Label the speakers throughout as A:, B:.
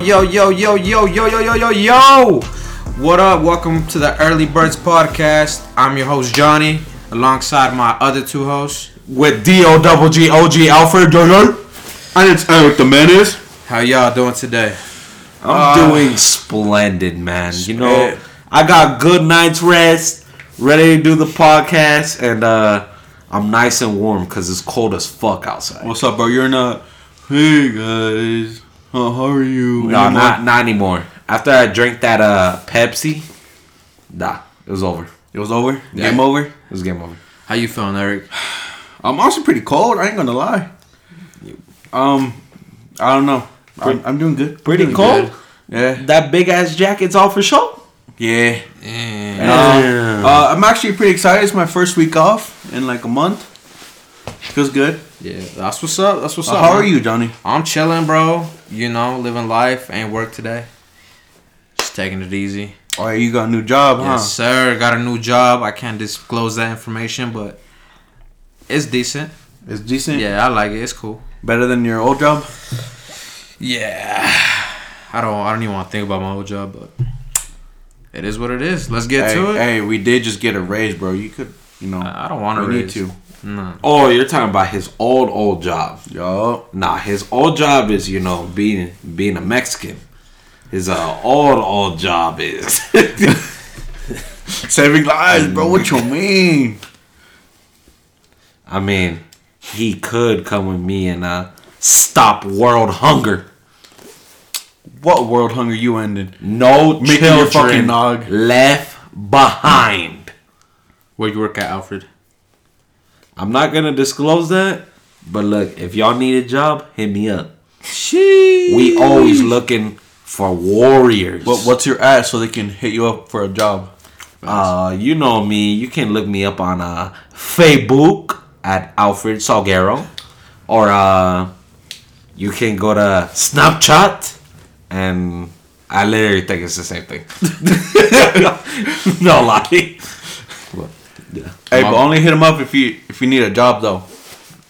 A: Yo, yo, yo, yo, yo, yo, yo, yo, yo. What up? Welcome to the Early Birds Podcast. I'm your host, Johnny, alongside my other two hosts.
B: with D O double G O G Alfred Jordan.
C: And it's Eric the Menace.
A: How y'all doing today?
B: I'm doing Uh, splendid, man. You know,
A: splendid.
B: I got good night's rest, ready to do the podcast, and uh I'm nice and warm because it's cold as fuck outside.
C: What's up, bro? You're not. Hey guys, Uh, how are you?
B: no, not not anymore. After I drank that uh Pepsi, nah, it was over.
C: It was over.
B: Yeah.
C: Game over.
B: It was game over.
A: How you feeling, Eric?
C: I'm also pretty cold. I ain't gonna lie. Um, I don't know. I'm, I'm doing good.
B: Pretty
C: Doing
B: cold?
C: good. Yeah.
B: That big ass jacket's all for show.
C: Yeah.
A: Eh,
C: Uh, uh, I'm actually pretty excited. It's my first week off in like a month. Feels good.
A: Yeah, that's what's up. That's what's
C: Uh,
A: up.
C: how are
A: man.
C: you, Johnny?
A: I'm chilling, bro. You know, living life. Ain't work today. Just taking it easy.
C: Oh, you got a new job,
B: Uh-huh.
A: Yes, sir. Got a new job. I can't disclose that information, but it's decent.
C: huh? It's decent.
A: Yeah, I like it. It's cool.
C: Better than your old job.
A: Yeah. I don't. I don't even want to think about my old job, but it is what it is. Let's get
C: hey,
A: to it.
C: hey, we did just get a raise, bro. You could, you know.
A: I I don't want to
C: we
A: raise.
C: need to.
A: No.
B: Oh, you're talking about his old old job.
C: Yo.
B: Nah, his old job is, you know, being being a Mexican. His uh, old old job is
C: Saving lives, bro. What you mean?
B: I mean, he could come with me and uh stop world hunger.
C: What world hunger you ended?
B: No
C: Making
B: children
C: your fucking nog.
B: left behind.
A: Where you work at, Alfred?
B: I'm not gonna disclose that, but look, if y'all need a job, hit me up.
A: She.
B: We always looking for warriors.
C: What What's your ass so they can hit you up for a job?
B: Uh, you know me. You can look me up on uh Facebook at Alfred Salguero, or uh, you can go to Snapchat, and I literally think it's the same thing. no lie.
C: Hey, but only hit them up if you if you need a job though.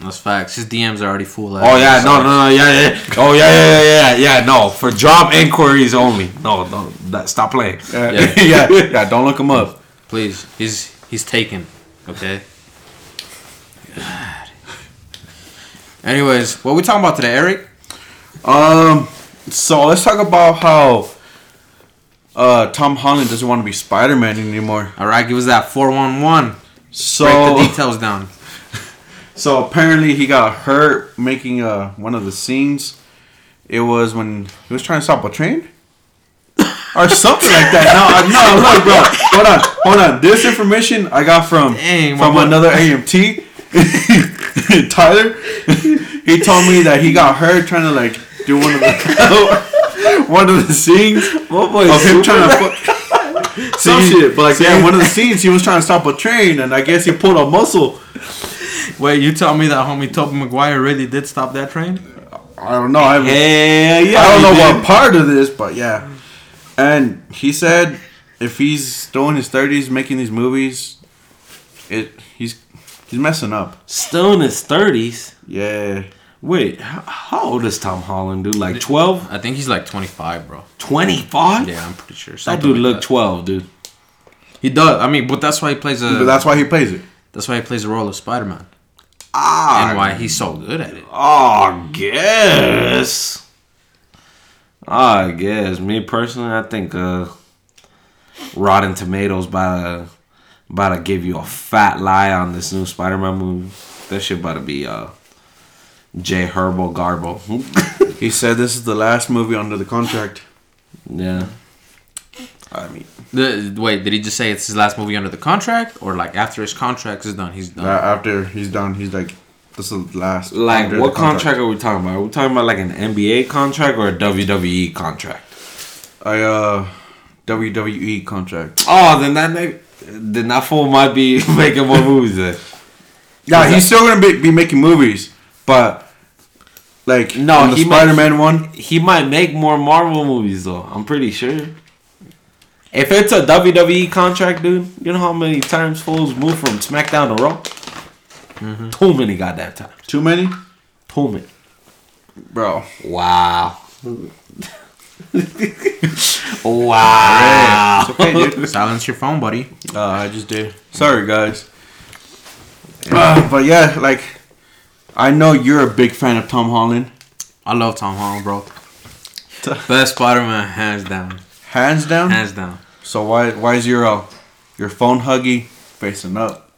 A: That's facts. His DMs are already full.
B: Oh yeah, no, no, no, yeah, yeah. Oh yeah, yeah, yeah, yeah, yeah. No, for job inquiries only. No, no, that, stop playing.
C: Yeah,
A: Yeah.
C: yeah, yeah, Don't look them up.
A: Please, he's he's taken. Okay. God. Anyways, what we talking about today, Eric?
C: Um, so let's talk about how uh Tom Holland doesn't want to be Spider Man anymore.
A: All right, give us that four one one. Break the
C: So
A: details down.
C: so apparently he got hurt making uh one of the scenes. It was when he was trying to stop a train. Or something like that. No, no, look, bro. Hold on, hold on. This information I got from
A: Dang, my
C: from
A: boy.
C: another AMT, Tyler. He told me that he got hurt trying to like do one of the one of the scenes
B: What
C: of him trying to fu- some
B: See,
C: shit. But like, yeah,
B: see?
C: one of the scenes he was trying to stop a train, and I guess he pulled a muscle.
A: Wait, you tell me that homie Toby McGuire really did stop that train?
C: I don't know. I haven't
B: Yeah, yeah.
C: I don't know
B: he did.
C: what part of this, but yeah. And he said if he's still in his thirties making these movies, it he's he's messing up.
B: Still in his thirties.
C: Yeah.
B: Wait, how, how old is Tom Holland, dude? Like 12?
A: I think he's like 25, bro.
B: 25?
A: Yeah, I'm pretty sure.
B: That
A: Something like
B: dude look
A: that.
B: 12, dude.
A: He does. I mean, but that's why he plays a.
C: But that's why he plays it.
A: that's why he plays the role of Spider Man and
B: Ah,
A: why he's so good at it.
B: I Ah, guess. I guess. Me personally, I think uh, Rotten Tomatoes about to, about to give you a fat lie on this new Spider Man movie. That shit about to be uh, J Herbo Garbo.
C: He said this is the last movie under the contract.
B: yeah.
C: I mean,
A: The, wait, did he just say it's his last movie under the contract, or like after his contract is done, he's
C: a-
B: Uh.
A: done?
C: after he's done, he's like, this is the last.
B: Like,
C: under the
B: what contract are we talking about? Are we talking about like an NBA contract or a WWE contract?
C: I uh, WWE contract.
B: Oh, then that may, then that fool might be making more movies then.
C: Yeah, he's still gonna be, be making movies, but like
B: No,
C: in the
B: he might-
C: Spider-Man one.
B: He might make more Marvel movies though. I'm pretty sure. If it's a WWE contract, dude, you know how many times fools move from SmackDown to Raw?
C: Mm-hmm.
B: Too many goddamn times.
C: Too many,
B: Too many.
C: bro.
B: Wow. Wow.
C: It's okay, dude.
A: Silence your phone, buddy.
C: Uh, I just did. Sorry, guys. Uh, but yeah, like I know you're a big fan of Tom Holland,
A: I love Tom Holland, bro. Best Spider Man, hands down.
C: hands down.
A: Hands down.
C: So why why is your uh, your phone huggy facing up?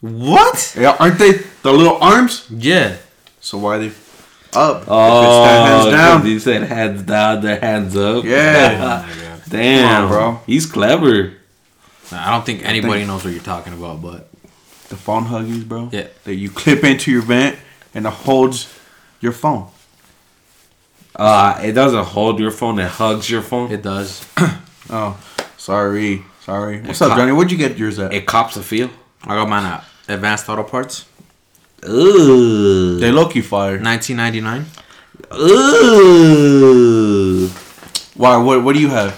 A: What?
C: Yeah, aren't they the little arms?
A: Yeah.
C: So why they up?
B: Oh,
C: if it's that hands down.
B: You said hands down, their hands up.
C: Yeah.
B: Damn,
C: Come on, bro.
B: bro. He's clever.
A: I don't think anybody knows what you're talking about, but
C: The phone huggies, bro.
A: Yeah.
C: That you clip into your vent and it holds your phone.
B: Uh, it doesn't hold your phone; it hugs your phone. It,
A: it does.
C: Oh, sorry, sorry. What's
A: It
C: up,
A: co-
C: Johnny? Where'd you get yours at?
B: cops a feel.
A: I got mine at Advanced Auto Parts,
B: Ooh,
C: They low-key fire.
A: 1999.
B: ooh.
C: Why? What? What do you have?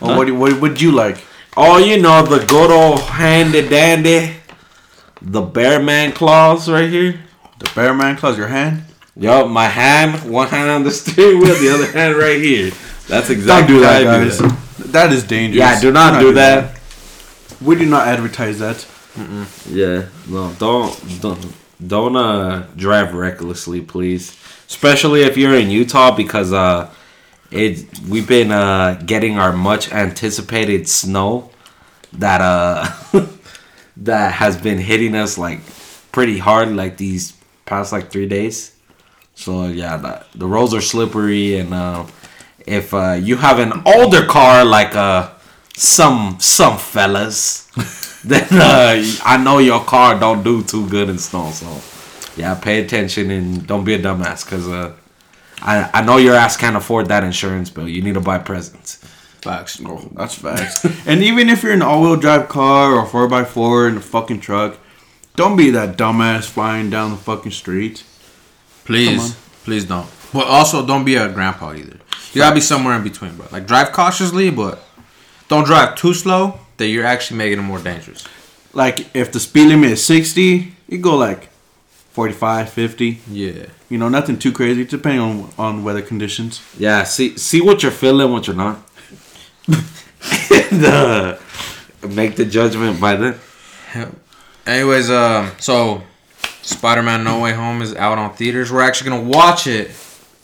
C: Or what? do- What would you like?
B: Oh, you know the good old handy dandy, the bear man claws right here.
C: The bear man claws your hand.
B: Yo, my hand, one hand on the steering wheel, the other hand right here. That's
C: Don't
B: exactly
C: do
B: how I
C: that,
B: do
C: guys.
B: that.
C: That is dangerous.
B: Yeah, do not do that.
C: We do not advertise that.
B: Yeah, no, don't don't don't uh drive recklessly, please. Especially if you're in Utah because uh it we've been uh getting our much anticipated snow that uh that has been hitting us like pretty hard like these past like 3 days. So yeah, the, the roads are slippery and uh if uh, you have an older car like uh some some fellas then uh, I know your car don't do too good in snow. So yeah, pay attention and don't be a dumbass because uh, I I know your ass can't afford that insurance bill. You need to buy presents.
A: Facts.
C: Oh, that's facts. and even if you're in an all-wheel drive car or four x four in a fucking truck, don't be that dumbass flying down the fucking street.
A: Please, please don't. But also, don't be a grandpa either. You gotta be somewhere in between, bro. Like drive cautiously, but don't drive too slow. That you're actually making it more dangerous.
C: Like if the speed limit is 60, you go like 45, 50.
A: Yeah.
C: You know, nothing too crazy, depending on on weather conditions.
B: Yeah, see see what you're feeling, what you're not. and, uh, make the judgment by then.
A: Anyways, um, so Spider-Man: No Way Home is out on theaters. We're actually gonna watch it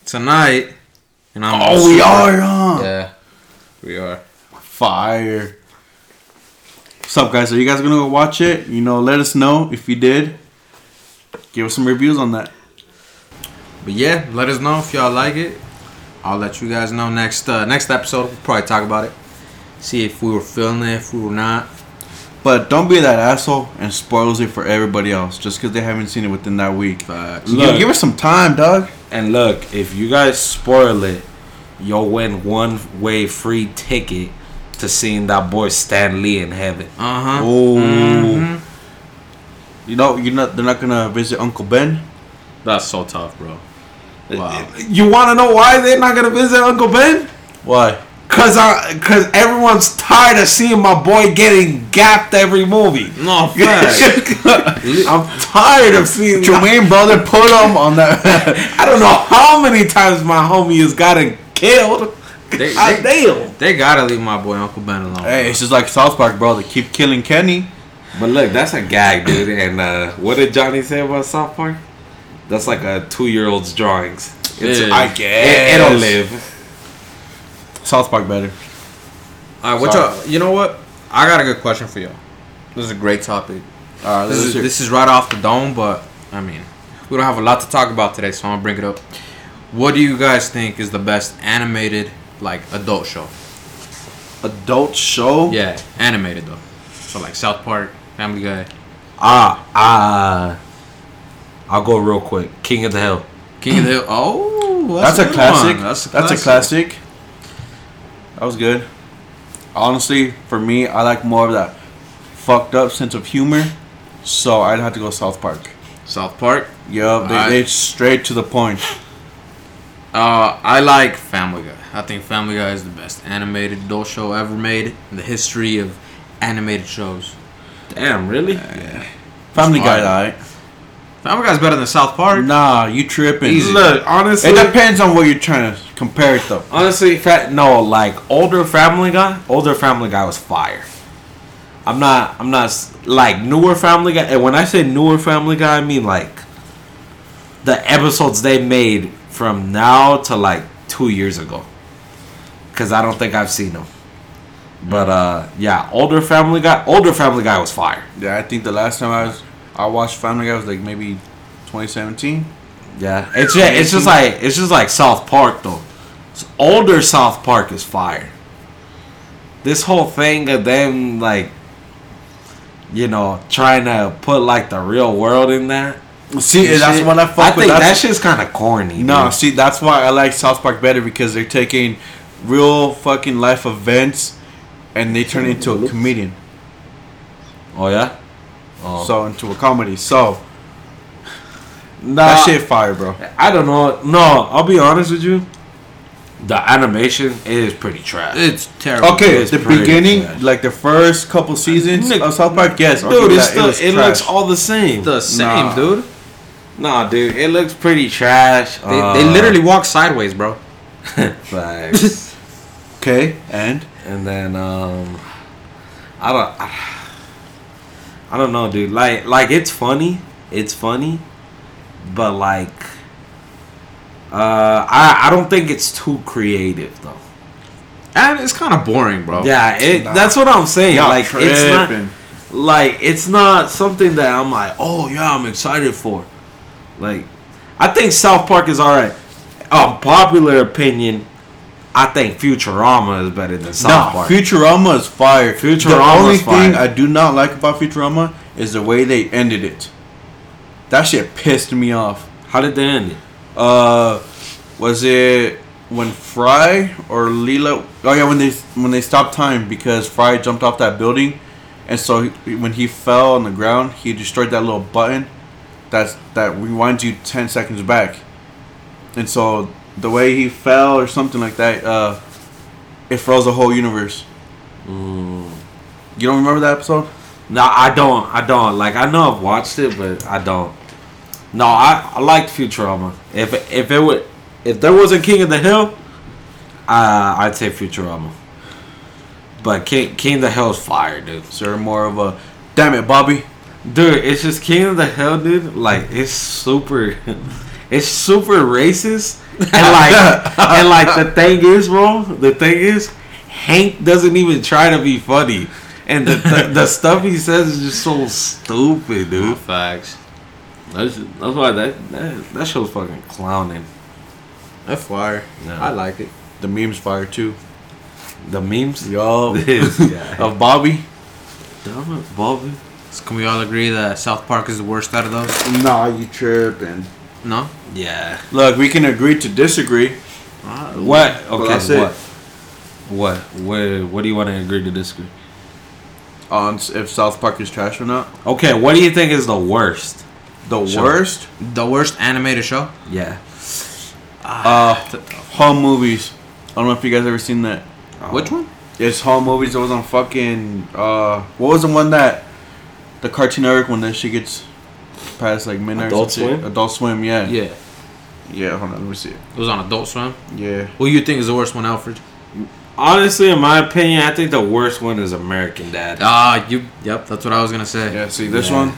A: tonight. And I'm
C: Oh, we are, huh?
A: Yeah, we are.
C: Fire. What's up, guys? Are you guys gonna go watch it? You know, let us know if you did. Give us some reviews on that.
A: But yeah, let us know if y'all like it. I'll let you guys know next uh, next episode. We'll probably talk about it. See if we were feeling it, if we were not.
C: But don't be that asshole and spoils it for everybody else just because they haven't seen it within that week.
A: Facts.
C: Give-
B: Look.
C: give us some time, dog.
B: And look, if you guys spoil it, you'll win one way free ticket to seeing that boy Stan Lee in heaven. Uh-huh. Mm-hmm.
A: Uh huh.
C: Oh, you know you're not. They're not gonna visit Uncle Ben.
A: That's so tough, bro. Wow.
B: You want to know why they're not gonna visit Uncle Ben?
C: Why?
B: Cause I, cause everyone's tired of seeing my boy getting gapped every movie.
A: No facts.
B: I'm tired of seeing.
C: Jermaine, brother, put him on that.
B: I don't know how many times my homie has gotten killed.
A: They-
B: God
A: they-
B: damn.
A: they gotta leave my boy Uncle Ben alone.
C: hey, it's just like South Park, bro. They keep killing Kenny.
B: But look, that's a gag, dude. And uh, what did Johnny say about South Park? That's like a two-year-old's drawings. It's,
A: Yeah.
B: I guess it, will live.
C: South Park better.
A: All right, what
C: Sorry.
A: y'all? You know what? I got a good question for y'all. This is a great topic.
C: All right,
A: This is
C: let's
A: this is right off the dome, but I mean, we don't have a lot to talk about today, so I'm gonna bring it up. What do you guys think is the best animated like adult show?
C: adult show.
A: Yeah, animated though. So like South Park, Family Guy,
B: Ah, ah. I'll go real quick. King of the Hill.
A: King of the Hill. Oh,
C: That's, a
A: good
C: classic.
A: one.
C: That's a classic. That was good. Honestly, for me, I like more of that fucked up sense of humor. So I'd have to go South Park.
A: South Park.
C: Yup, they,
A: Alright.
C: they straight to the point.
A: Uh, I like Family Guy. I think Family Guy is the best animated adult show ever made in the history of animated shows.
B: Damn, really?
C: Family
A: Smart.
C: Guy, alright.
A: Family Guy's better than South Park.
C: Nah, you tripping.
A: Easy.
B: Look, honestly,
C: It depends on what you're trying to compare it though.
B: honestly, fat, no, like older Family Guy, older Family Guy was fire. I'm not, I'm not s- like newer Family Guy, and when I say newer Family Guy, I mean like the episodes they made from now to like two years ago. Cause I don't think I've seen them. But uh, yeah, older Family Guy, older Family Guy was fire.
C: Yeah, I think the last time I was I watched Family Guy was like maybe 2017.
B: Yeah, it's just, it's just like it's just like South Park though. It's older South Park is fire. This whole thing of them like, you know, trying to put like the real world in that.
C: See, and that's
B: shit-
C: what I fuck
B: I
C: with.
B: think that
C: That's-
B: shit's kind of corny.
C: no,
B: dude.
C: see, that's why I like South Park better because they're taking real fucking life events and they turn it into a comedian.
B: Oh yeah. Oh.
C: So into a comedy. So
B: nah,
C: that shit fire, bro.
B: I don't know. No, I'll be honest with you. The animation is pretty trash.
A: It's terrible.
C: Okay,
B: It's
C: the
B: pretty
C: beginning,
B: trash.
C: like the first couple seasons
B: Nick-
C: of South Park, yes,
B: dude,
C: okay,
B: it's
C: that-
B: still,
C: was
B: it
C: trash.
B: looks all the same.
A: the same,
C: Nah.
A: dude.
B: Nah, dude, it looks pretty trash.
A: They, they
B: Uh.
A: literally walk sideways, bro.
B: Facts.
C: okay. And
B: and then um, I don't, I, I don't know, dude. Like, like it's funny, it's funny, but like, uh, I I don't think it's too creative though.
A: And it's kind of boring, bro.
B: Yeah, it.
C: Nah.
B: That's what I'm saying.
C: Oh, Y'all
B: like, it's not
C: tripping.
B: like it's not something that I'm like, oh yeah, I'm excited for. Like, I think South Park is alright. Um, popular opinion, I think Futurama is better than
C: no,
B: South Park.
C: Futurama is fire. the
B: Futurama's
C: only
B: fire.
C: thing I do not like about Futurama is the way they ended it. That shit pissed me off.
B: How did they end it?
C: Uh, was it when Fry or Leela? Oh yeah, when they when they stopped time because Fry jumped off that building, and so he, when he fell on the ground, he destroyed that little button, that's that rewinds you ten seconds back, and so the way he fell or something like that, uh, it froze the whole universe.
A: Mm.
C: You don't remember that episode?
B: No, I don't. I don't. Like, I know I've watched it, but I don't. No, I, I liked Futurama. If if it would, if there wasn't King of the Hill, uh, I'd say Futurama. But King King of the Hill is fire, dude.
C: So you're more of a damn it, Bobby.
B: Dude, it's just King of the Hill, dude. Like it's super, it's super racist, and like and like the thing is, bro. The thing is, Hank doesn't even try to be funny, and the the, the stuff he says is just so stupid, dude.
A: Facts.
B: That's, that's why that, that that show's fucking clowning.
A: That's fire.
B: No.
A: I like it.
C: The memes fire too.
B: The memes,
C: Yo,
B: This guy.
C: of Bobby.
B: Dumb and Bobby.
A: So can we all agree that South Park is the worst out of those?
C: Nah, you tripping.
A: No.
B: Yeah.
C: Look, we can agree to disagree.
A: Uh,
B: What? Okay.
C: Well, that's
B: what?
C: it.
B: What? What? What do you want to agree to disagree?
C: on s- if South Park is trash or not.
B: Okay. What do you think is the worst?
C: The
B: Sure.
C: worst
A: The worst animated show.
B: Yeah. Ah.
C: uh, home movies. I don't know if you guys ever seen that.
A: Which one?
C: It's home movies. It was on fucking uh, what was the one that the Cartoon Network one that she gets past like midnight. or
B: Adult
C: some shit?
B: Swim?
C: Adult Swim. Yeah.
A: Yeah.
C: Yeah. Hold on. Let me see it.
A: It was on Adult Swim.
C: Yeah.
A: Who you think is the worst one, Alfred?
B: Honestly, in my opinion, I think the worst one is American Dad.
A: Ah, you. Yep, that's what I was gonna say.
C: Yeah. See this
B: Yeah.
C: one.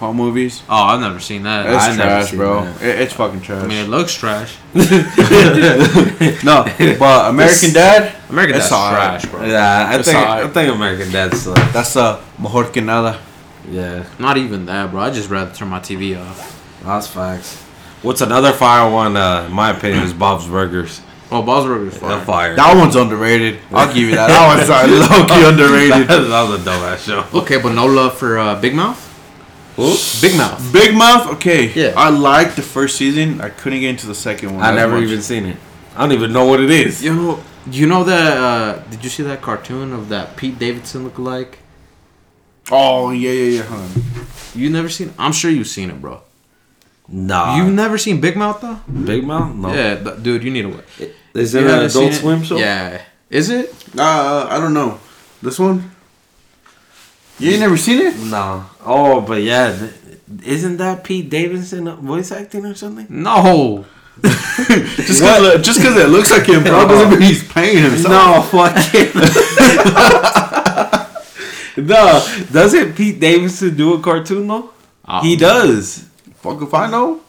C: Home movies.
A: Oh, I've never seen that.
C: It's
B: I've never
C: trash,
B: seen
C: bro.
B: that.
C: It, it's fucking trash.
A: I mean, it looks trash.
C: no, but American Dad.
A: American
C: It's
A: Dad's
C: alright.
A: trash, bro.
B: yeah, I
C: It's
B: think
C: alright.
B: I think American Dad sucks.
C: That's uh, mejor que nada.
B: Yeah,
A: Not even that, bro. I just rather turn my TV off.
B: that's facts. What's another fire one? Uh, in my opinion, is Bob's Burgers.
A: Oh, Balls Burger's fire.
B: That fire.
C: That one's underrated. I'll give you that. That one's uh, low key
B: that,
C: underrated.
B: was a dumbass show.
A: Okay, but no love for uh, Big Mouth. Big Mouth.
C: Big Mouth, okay.
A: Yeah.
C: I liked the first season. I couldn't get into the second one.
B: I
C: as
B: never
C: much.
B: even seen it. I don't even know what it is.
A: You know, you know that? Uh, did you see that cartoon of that Pete Davidson lookalike?
C: Oh yeah, yeah, yeah. Hold on.
A: You never seen? I'm sure you've seen it, bro.
B: Nah,
A: You've never seen Big Mouth though?
B: Big Mouth? Uh, No.
A: Yeah, th- dude, you need to. watch.
B: Is
A: You
B: it an
A: haven't seen
B: Adult
A: it?
B: Swim show?
A: Yeah. Is it?
C: Uh, I don't know. This one. You ain't never seen it?
B: No. Oh, but yeah, th- Isn't that Pete Davidson uh, voice acting or something?
A: No.
B: Uh,
C: Just because just because it looks like him, bro, doesn't mean he's paying himself.
B: No, fucking. no, doesn't Pete Davidson do a cartoon though?
A: Ah.
B: he does.
C: Fuck if I know.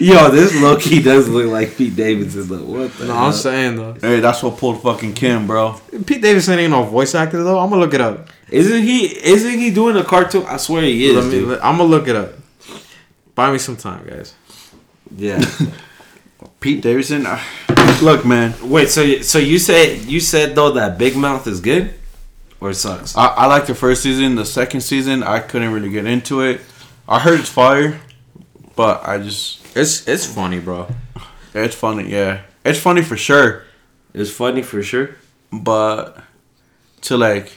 B: Yo, this Loki does look like Pete Davidson. Though. What the?
A: No,
B: hell?
A: I'm saying though.
C: Hey, that's what pulled fucking Kim, bro.
A: Pete Davidson ain't no voice actor though. I'm gonna look it up.
B: Isn't he? Isn't he doing a cartoon? I swear he is.
A: Let me,
B: dude.
A: I'm gonna look it up. Buy me some time, guys.
B: Yeah.
C: Pete Davidson. I- Look, man,
B: Wait. So y- so you said you said though that Big Mouth is good, or it sucks?
C: I, I like the first season. The second season, I couldn't really get into it. I heard it's fire, but I just
A: It's it's funny, bro.
C: it's funny. Yeah, it's funny for sure.
B: It's funny for sure.
C: But to like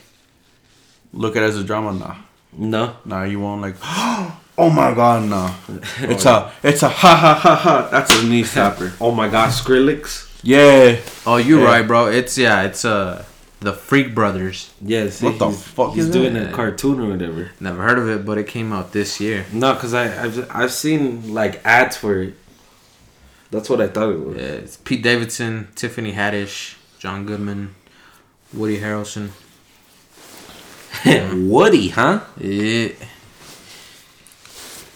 C: look at it as a drama, nah,
B: No.
C: nah. You won't like. Oh my god, nah. It's a it's a ha ha ha ha. That's a knee slapper.
B: Oh my God, Skrillex.
C: Yeah.
A: Oh, you're
C: Yeah.
A: right, bro. It's yeah, it's uh the Freak Brothers.
B: Yes.
C: What the
B: he's-
C: fuck
B: He's
C: is
B: doing
A: that?
B: a cartoon or whatever.
A: Never heard of it, but it came out this year.
B: No, cause I I've, I've seen like ads for it. That's what I thought it was.
A: Yeah, it's Pete Davidson, Tiffany Haddish, John Goodman, Woody Harrelson.
B: Woody, huh?
A: Yeah.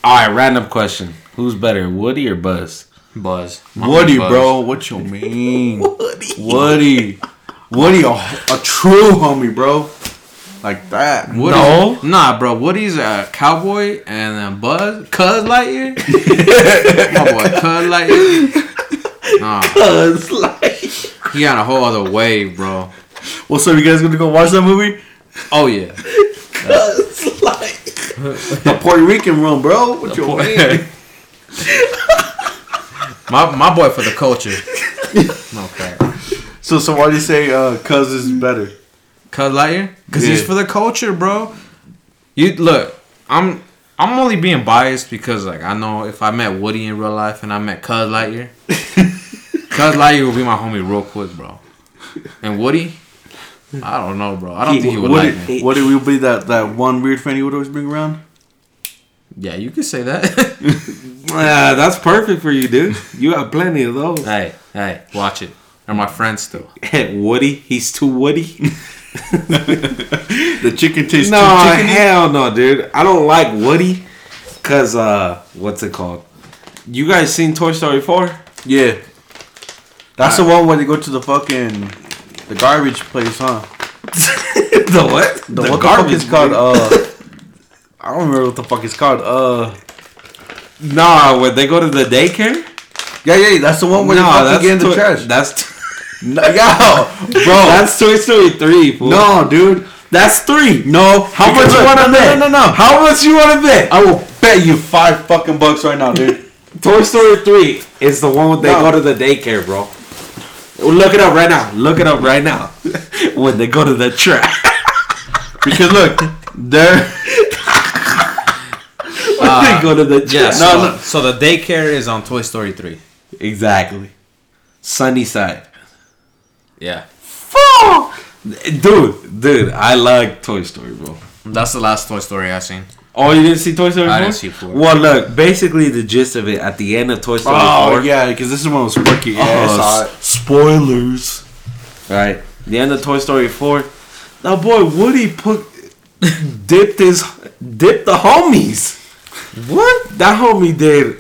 B: All right, random question. Who's better, Woody or Buzz?
A: Buzz. Oh My man
C: Woody,
A: Buzz.
C: bro. What you mean? Woody. Woody. Woody, a, a true homie, bro. Like that.
A: Woody,
B: No.
A: Nah, bro. Woody's a cowboy and then Buzz. Cuz Lightyear? My boy, Cuz Lightyear. Nah,
B: Buzz, like
A: he on a whole other wave, bro.
C: Well, so you guys gonna go watch that movie?
A: Oh, yeah.
B: Buzz, like.
C: The Puerto Rican room, bro. What you mean?
A: My, my boy for the culture. No crap.
C: So, so why do you say uh, Cuz is better?
A: Cuz Lightyear? Because he's
C: Yeah.
A: for the culture, bro. You look, I'm I'm only being biased because like I know if I met Woody in real life and I met Cuz Lightyear, Cuz Lightyear would be my homie real quick, bro. And Woody, I don't know, bro. I don't think he would
C: Woody,
A: like me.
C: Woody will be that, that one weird friend he would always bring around?
A: Yeah, you could say that.
B: Ah, that's perfect for you, dude. You have plenty of those.
A: hey, hey, watch it. They're my friends still.
B: Woody, he's too Woody.
C: The chicken tastes
B: no,
C: too chickeny?
B: hell no, dude. I don't like Woody, cause uh, what's it called? You guys seen Toy Story four?
C: Yeah. That's the one where they go to the fucking the garbage place, huh?
B: the what?
C: The, what the fuck is called? Uh, I don't remember what the fuck it's called. Uh,
B: Nah, when they go to the daycare.
C: yeah, yeah, that's the one where they fucking get in the
B: Toy-
C: trash.
B: That's
C: No, yo, bro,
B: that's Toy Story three. Fool.
C: no, dude.
B: that's three.
C: No,
B: How much
C: because
B: you
C: look,
B: want to
C: no,
B: bet?
C: No, no, no. no.
B: How much you want to bet?
C: I will bet you five fucking bucks right now, dude.
B: Toy Story three is the one when they
C: No.
B: go to the daycare, bro. Look it up right now. Look it up right now. when they go to the trash.
C: Because look, there.
B: When
C: Ah,
B: they go to the trash.
A: Yeah,
B: No,
A: so,
B: no.
A: so the daycare is on Toy Story 3.
B: Exactly. Sunny side.
A: Yeah.
B: Dude, dude, I like Toy Story, bro.
A: That's the last Toy Story I seen.
B: Oh, you didn't see Toy Story?
A: I
B: 4?
A: didn't see 4.
B: Well, look, basically the gist of it at the end of Toy Story
C: Oh
B: 4.
C: yeah, because this is one of those quirky
B: Oh,
C: ass. spoilers.
B: Right. The end of Toy Story 4. Now, boy, Woody put dipped his dipped the homies. What? That homie did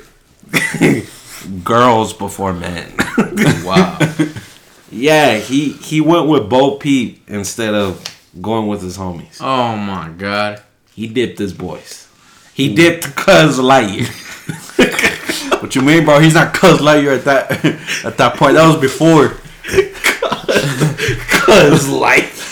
B: girls before men.
A: Wow.
B: yeah, he he went with Bo Peep instead of going with his homies.
A: oh my god.
B: He dipped his boys. He dipped Cuz Lightyear.
C: What you mean, bro? He's not Cuz Lightyear at that at that point. That was before.
B: Cuz Lightyear.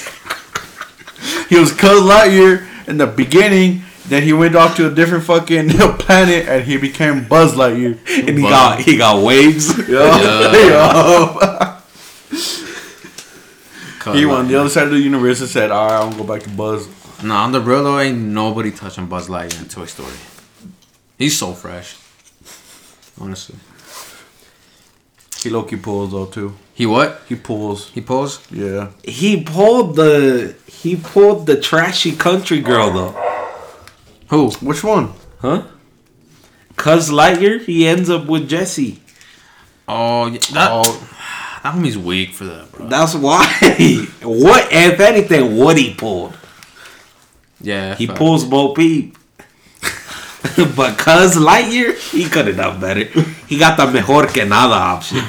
C: He was Cuz Lightyear in the beginning. Then he went off to a different fucking planet and he became Buzz Lightyear.
B: And he got he got waves.
C: Yo, yo.
A: Cuz
C: He went on the other side of the universe and said, "All right, I'm gonna go back to Buzz."
A: Nah, on the real though, ain't nobody touching Buzz Lightyear in Toy Story. He's so fresh. Honestly.
C: He Loki pulls though too.
A: He what?
C: He pulls.
A: He pulls?
C: Yeah.
B: He pulled the he pulled the trashy country girl though.
A: Who?
C: Which one?
B: Huh? Cuz Lightyear, he ends up with Jesse.
A: Oh, yeah, that,
C: Oh,
A: that homie's weak for that, bro.
B: That's why. what, if anything, what he pulled?
A: Yeah,
B: He
A: fuck.
B: pulls Bo Peep. but Cuz Lightyear, he could have done better. He got the mejor que nada option.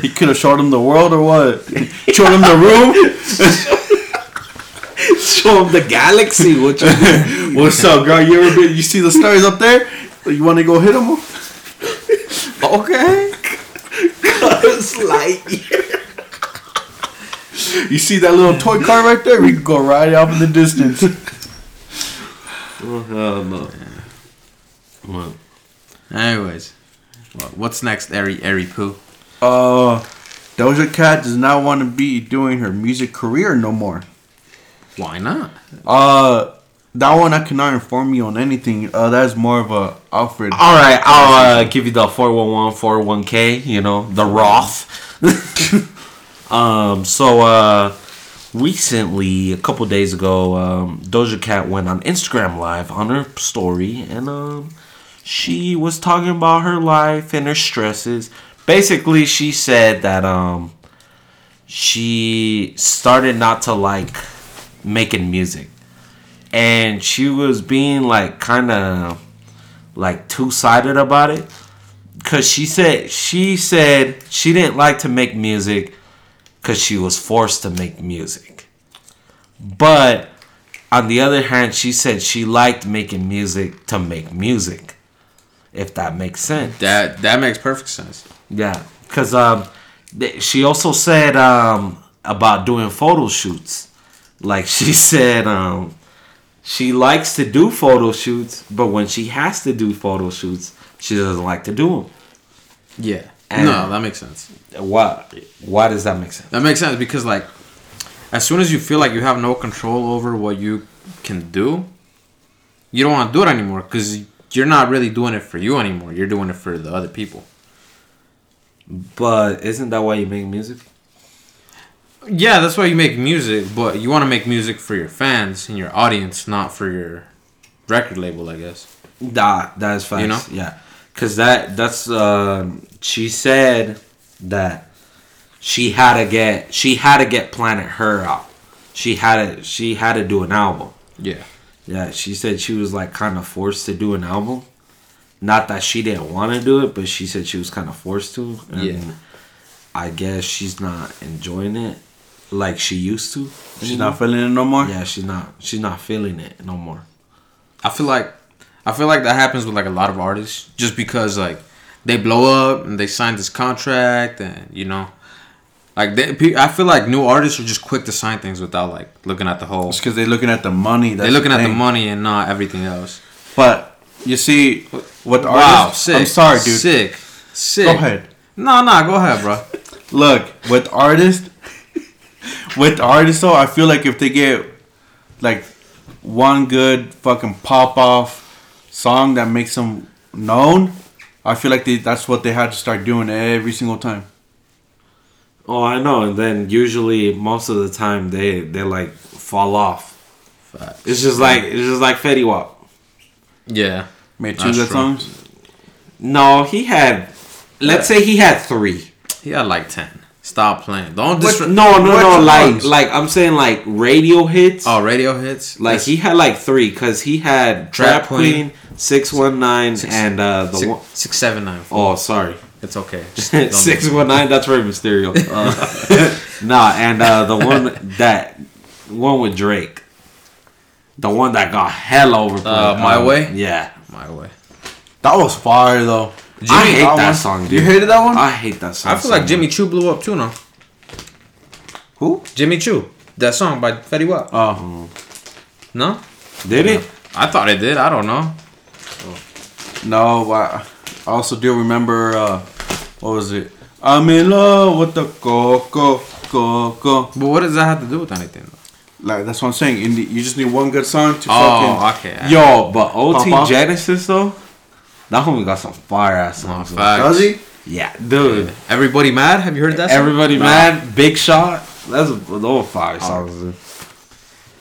C: he could have showed him the world or what? showed him the room.
B: Show him the galaxy, which
C: What's up, girl? Oh, You ever been? You see the stars up there? You want to go hit them?
A: Okay.
B: Cuz Lightyear.
C: You see that little toy car right there? We can go right off in the distance.
B: Oh, no. Well,
A: Anyways, what- what's next, Airy Airy Poo?
C: Uh, Doja Cat does not want to be doing her music career no more.
A: Why not?
C: Uh, that one I cannot inform you on anything. Uh, that's more of a Alfred.
B: All right, I'll uh, give you the 411 401k, you know, the Roth. um, so uh, recently, a couple days ago, um, Doja Cat went on Instagram Live on her story and um, she was talking about her life and her stresses. Basically, she said that um, she started not to like making music and she was being like kind of like two-sided about it because she said she said she didn't like to make music because she was forced to make music but on the other hand she said she liked making music to make music if that makes sense
A: That that makes perfect sense.
B: yeah, because um, th- she also said um about doing photo shoots. Like she said, um, she likes to do photo shoots, but when she has to do photo shoots, she doesn't like to do
A: Yeah.
B: And-
A: no, that makes sense.
B: them. Why? Why does that make sense?
A: That makes sense because like, as soon as you feel like you have no control over what you can do, you don't want to do it anymore because you're not really doing it for you anymore. You're doing it for the other people.
B: But isn't that why you make music?
A: Yeah, that's why you make music, but you want to make music for your fans and your audience, not for your record label, I guess.
B: Nah, that is facts.
A: You know?
B: Yeah, because that that's um, she said that she had to get she had to get Planet Her out. She had to she had to do an album.
A: Yeah.
B: Yeah, she said she was like kind of forced to do an album. Not that she didn't want to do it, but she said she was kind of forced to. And
A: Yeah.
B: I guess she's not enjoying it like she used to.
C: She's not feeling it no more.
B: Yeah, she's not. She's not feeling it no more.
A: I feel like I feel like that happens with like a lot of artists just because like they blow up and they sign this contract and you know like they, pe- I feel like new artists are just quick to sign things without like looking at the whole
C: It's because they're looking at the money. That's
A: they're looking at the
C: thing.
A: money and not everything else.
C: But you see, what the
A: Wow,
C: artists?
A: sick.
C: I'm sorry, dude.
A: Sick. Sick.
C: Go ahead.
A: No, no, go ahead, bro.
C: Look, with artists, with artists though, I feel like if they get like one good fucking pop off song that makes them known, I feel like they, that's what they had to start doing every single time.
B: Oh, I know. And then usually, most of the time, they they like fall off.
A: Fuck.
B: It's just like it's just like Fetty Wap.
A: Yeah.
C: Made two
A: That's
C: good
A: true.
C: songs.
B: No, he had. Let's say he had three.
A: He had like ten. Stop playing. Don't
B: What-
A: dis-
B: no, no,
C: what
B: no. Like
C: songs?
B: like I'm saying like radio hits.
A: Oh, radio hits.
B: Like
A: That's-
B: he had like three because he had Trap
A: Trap Queen,
B: Queen, Six One Nine,
A: Six-
B: and uh, the
A: six,
B: one
A: six seven nine four.
B: oh sorry,
A: It's okay. Just don't do
B: Six
A: it.
B: One Nine. That's very Mysterio. Uh, nah, and uh, the one that one with Drake, the one that got hell over.
A: Uh, My Way?
B: Yeah,
A: my way.
C: That was fire though.
B: I
A: Jimmy-
B: hate
C: that
B: that,
C: one-
B: song. Dude.
C: you hated that one?
B: I hate that song.
A: I feel like
B: so
A: Jimmy
B: much.
A: Choo blew up too now.
C: Who?
A: Jimmy Choo. That song by Fetty Wap.
C: Oh
A: No?
B: Mm, did it.
A: I thought it did. I don't know.
C: no! I I also do remember. Uh, what was it? I'm in love with the coco coco.
A: But what does that have to do with anything? Though?
C: Like that's what I'm saying. You need- you just need one good song to
A: Oh,
C: fucking.
A: okay.
B: Yo, but OT
C: Papa?
B: Genesis though, that homie got some fire ass
A: Oh,
B: songs. though.
A: facts.
C: Does he?
B: yeah, dude.
A: Everybody mad? Have you heard that? song?
B: Everybody
A: Nah.
B: mad, Big
A: Uh,
B: Shot. That's those five songs.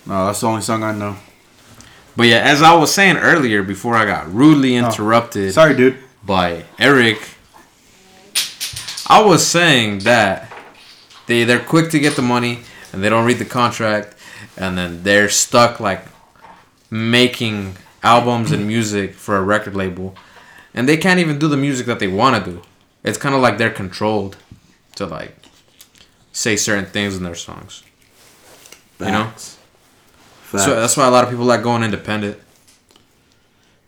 C: No, that's the only song I know.
A: But yeah, as I was saying earlier, before I got rudely
C: Oh.
A: interrupted
C: Sorry, dude.
A: by Eric, I was saying that they they're quick to get the money and they don't read the contract, and then they're stuck like making albums and music for a record label, and they can't even do the music that they want to do. It's kind of like they're controlled to like say certain things in their songs. You know?
B: Facts. Facts.
A: So uh, that's why a lot of people like going independent.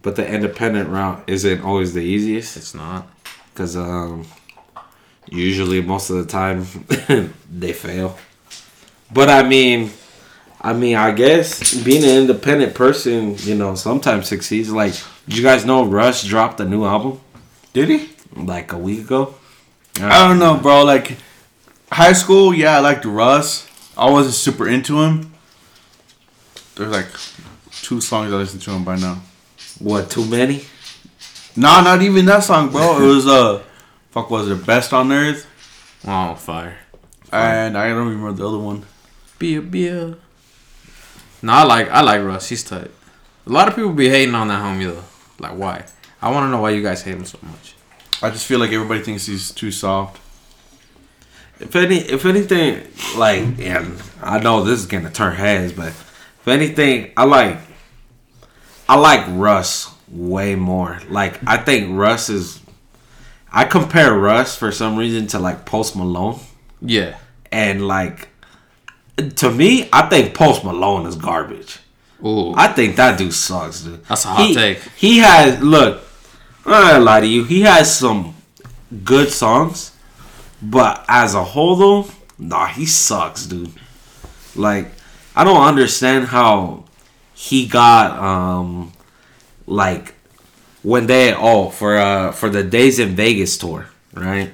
B: but the independent route isn't always the easiest.
A: It's not.
B: because um, usually most of the time they fail. But I mean, I mean, I guess being an independent person, you know, sometimes succeeds. Like, did you guys know Rush dropped a new album
C: Did he?
B: like a week ago?
C: I don't know, bro. Like high school, yeah, I liked Russ. I wasn't super into him. There's like two songs I listen to him by now.
B: What too many?
C: Nah, not even that song, bro. It was uh, fuck, was it Best on Earth?
A: Oh, fire.
C: And I don't remember the other one.
A: Be a beer. No, I like I like Russ. He's tight. A lot of people be hating on that homie though. Like why? I want to know why you guys hate him so much.
C: I just feel like everybody thinks he's too soft.
B: If any, if anything, like, and I know this is gonna turn heads, but if anything, I like, I like Russ way more. Like, I think Russ is, I compare Russ for some reason to like Post Malone,
A: Yeah.
B: and like, to me, I think Post Malone is garbage.
A: Ooh.
B: I think that dude sucks, dude.
A: That's a hot
B: he,
A: take.
B: He has look. I'm not gonna lie to you. He has some good songs, but as a whole, though, nah, he sucks, dude. Like, I don't understand how he got um, like when they oh for uh for the Days in Vegas tour, right?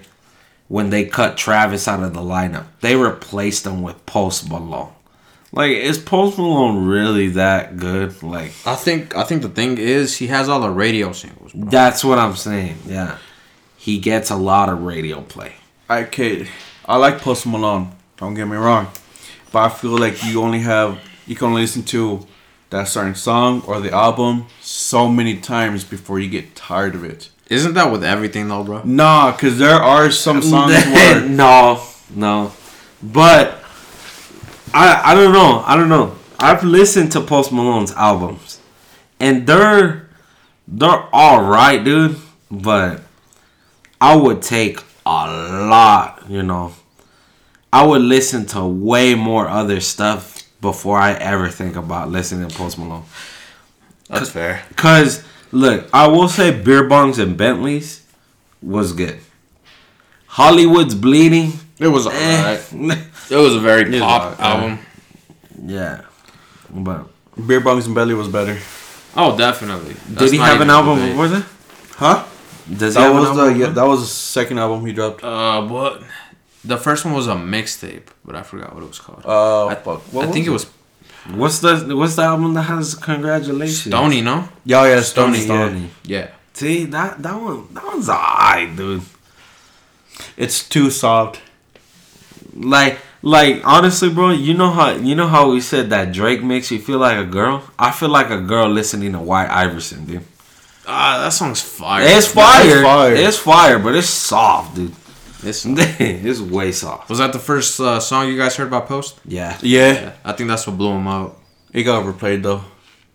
B: When they cut Travis out of the lineup, they replaced him with Post Malone. Like, is Post Malone really that good? Like,
A: I think I think the thing is he has all the radio singles. Bro.
B: that's what I'm saying. Yeah, he gets a lot of radio play.
C: I kid. I like Post Malone. Don't get me wrong, but I feel like you only have you can only listen to that certain song or the album so many times before you get tired of it.
A: Isn't that with everything though, bro?
C: Nah, cause there are some songs where
B: no, no, but I I don't know. I don't know. I've listened to Post Malone's albums, and they're they're all right, dude. But I would take a lot, you know. I would listen to way more other stuff before I ever think about listening to Post Malone.
A: That's fair.
B: Cause look, I will say beer bongs and Bentleys was good. Hollywood's bleeding.
A: It was
B: Eh.
A: alright. It was a very
B: was
A: pop
B: alright,
A: album.
B: yeah, but
C: Beer Bongs and Belly was better.
A: Oh, definitely. That's
B: did he
A: not
B: have an
A: even a
B: album
A: debate.
B: before that?
C: Huh?
B: Does he
C: That
B: have
C: was
B: an
C: the
B: album?
C: yeah, that was the second album he dropped.
A: Uh, what? The first one was a mixtape, but I forgot what it was called.
C: Uh,
A: I,
C: fuck.
A: I
C: What
A: think it was
B: what's the what's the album that has congratulations?
A: Stony, no?
C: Yeah, yeah, Stony.
B: Stony.
C: Yeah.
A: Yeah.
B: See that that one that one's alright, dude.
C: It's too soft.
B: Like like honestly, bro, you know how you know how we said that Drake makes you feel like a girl. I feel like a girl listening to White Iverson, dude.
A: Ah, that song's fire.
B: It's
C: That's
B: fire.
C: fire.
B: It's fire, but it's soft, dude.
A: This-
B: it's way soft.
A: was that the first uh, song you guys heard about Post?
B: Yeah.
C: Yeah.
A: Yeah, I think that's what blew him out.
C: It got overplayed though.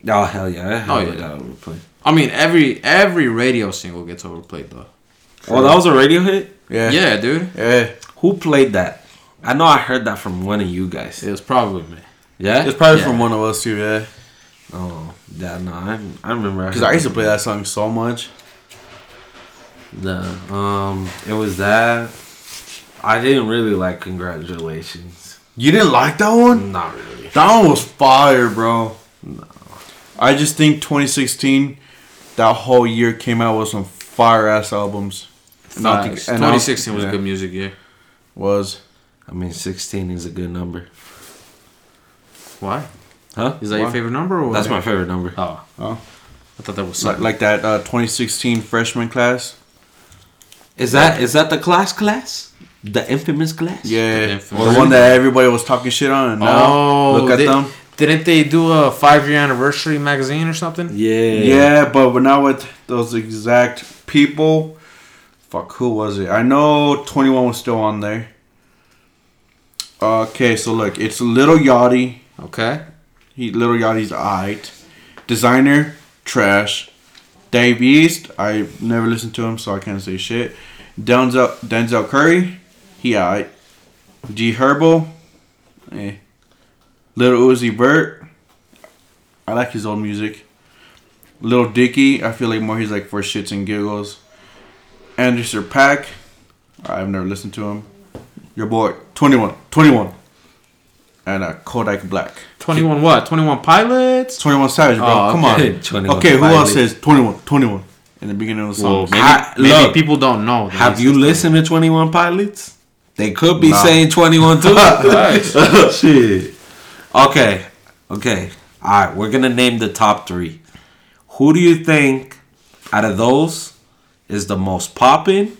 B: Oh hell yeah. Hell
A: Oh,
B: yeah.
A: yeah.
B: That would play.
A: I mean, every every radio single gets overplayed though.
B: Oh, that was a radio hit.
C: Yeah.
A: Yeah, dude,
C: Yeah.
B: Who played that? I know I heard that from one of you guys.
A: it was probably me.
B: Yeah.
C: It's probably
A: Yeah.
C: from one of us too. Yeah.
B: Oh yeah. No, I I remember.
C: Cause I used to play that song so much.
B: The um, it was that. I didn't really like congratulations.
C: You didn't like that one?
B: Not really.
C: That one was fire, bro. I just think 2016, that whole year came out with some fire ass albums. And I think-
A: Facts.
C: and I-
A: 2016 was
C: yeah,
A: a good music year.
C: Was
B: I mean, sixteen is a good number.
A: Why?
B: Huh?
A: Is that your
C: Why?
A: favorite number? Or
B: That's my favorite number.
A: Oh,
C: oh,
A: I thought that was
C: like,
A: something.
C: like that uh, 2016 freshman class.
B: Is that is that the class class? The infamous class?
C: Yeah,
A: The
C: the one that everybody was talking shit on, and now
A: oh,
C: look at
A: they,
C: them.
A: Didn't they do a five year anniversary magazine or something?
B: Yeah.
C: Yeah, but we're not with those exact people. Fuck, who was it? I know 21 was still on there. Okay, so look, it's Little Yachty.
A: Okay.
C: He, Little Yachty's alright. Designer, trash. Dave East, I never listened to him, so I can't say shit. Denzel, Denzel Curry, he alright. G Herbo, eh. Little Uzi Vert, I like his old music. Little Dicky, I feel like more he's like for shits and giggles. Anderson Pack, I've never listened to him. Your boy, 21, 21. And uh, Kodak Black.
A: Twenty one what? Twenty one pilots.
C: 21 Savage, bro.
A: Oh,
C: Come
A: okay.
C: on.
B: 21
C: Ah, okay, who
B: Savage.
C: else says 21, 21 in the beginning of the
A: Well,
C: song?
A: maybe,
B: I-
A: maybe
B: look.
A: people don't know. that
B: Have
A: he's
B: you
A: this
B: listened to Twenty One Pilots? They could be
C: Nah.
B: saying Twenty One too.
A: Nice.
B: Shit. Okay. Okay. All right. We're gonna name the top three. Who do you think out of those is the most popping?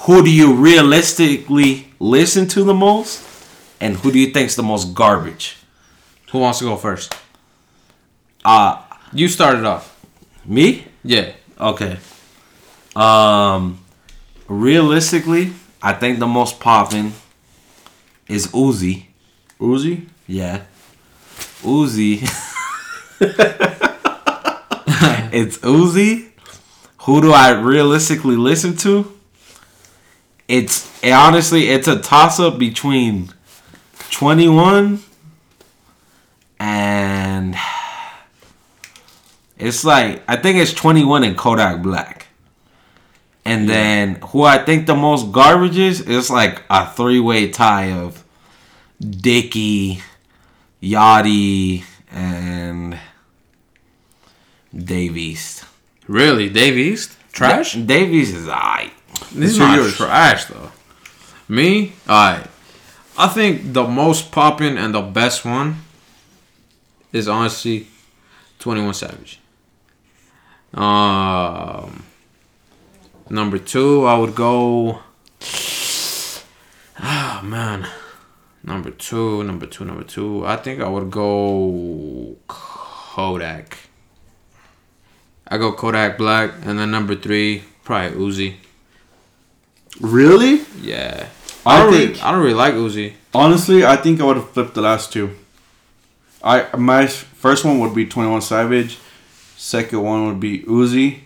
B: Who do you realistically listen to the most? And who do you think's the most garbage?
A: Who wants to go first?
B: Uh
A: You started off.
B: me?
A: Yeah.
B: Okay. Um realistically, I think the most popping is Uzi.
C: Uzi?
B: Yeah. Uzi. it's Uzi. Who do I realistically listen to? It's honestly it's a toss up between 21 and it's like I think it's 21 and Kodak Black. And then who I think the most garbage is is like a three-way tie of Dicky, Yachty, and Dave East.
A: Really, Dave East? Trash?
B: Da- Dave East is alright.
A: This is
C: What's
A: not
C: yours?
A: trash though. Me, alright. I think the most popping and the best one is honestly Twenty One Savage. Um, number two, I would go. Ah man, number two, number two, number two. I think I would go Kodak. I go Kodak Black, and then number three, probably Uzi.
C: Really?
A: Yeah. I
C: I
A: don't really,
C: think-
A: I don't really like Uzi.
C: Honestly, I think I would have flipped the last two. I My s- first one would be 21 Savage. Second one would be Uzi.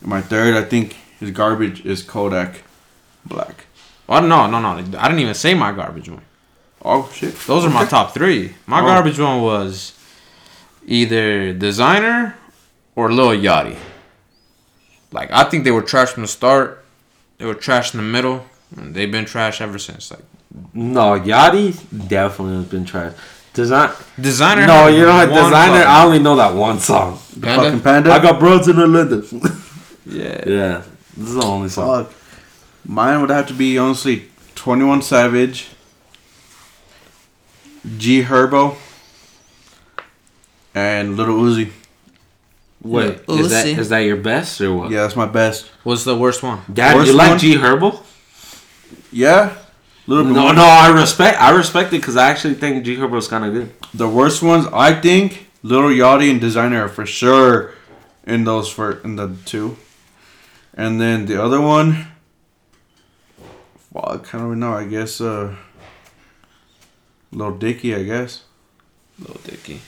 C: And my third, I think, is garbage is Kodak Black.
A: Oh no, no, no. I didn't even say my garbage one.
C: Oh, shit.
A: Those are my top three. My
C: Oh.
A: garbage one was either designer or Lil Yachty. Like I think they were trash from the start. They were trash in the middle, and they've been trash ever since. Like
B: No, Yachty definitely has been trash. Design.
A: designer.
B: no,
A: had
B: you know what?
A: one
B: Designer.
A: fucking
B: I only know that one song.
A: panda.
C: Fucking Panda.
B: I got bros in Atlanta.
A: Yeah.
B: yeah, this is the only song.
C: Fuck. Mine would have to be honestly 21 Savage, G Herbo, and Little Uzi.
B: Wait,
A: Yeah.
B: is that
A: Uzi.
B: is that your best or what?
C: Yeah, that's my best.
A: What's the worst one?
B: Dad,
C: Worst
B: you like
C: one?
B: G Herbal?
C: Yeah, little bit
B: No,
C: more.
B: no, I respect. I respect it because I actually think G Herbal's kind of good.
C: The worst ones, I think, Little Yachty and Designer are for sure in those for in the two, and then the other one. Well, I kind of know. I guess uh, Little Dicky. I guess.
A: Lil Dicky.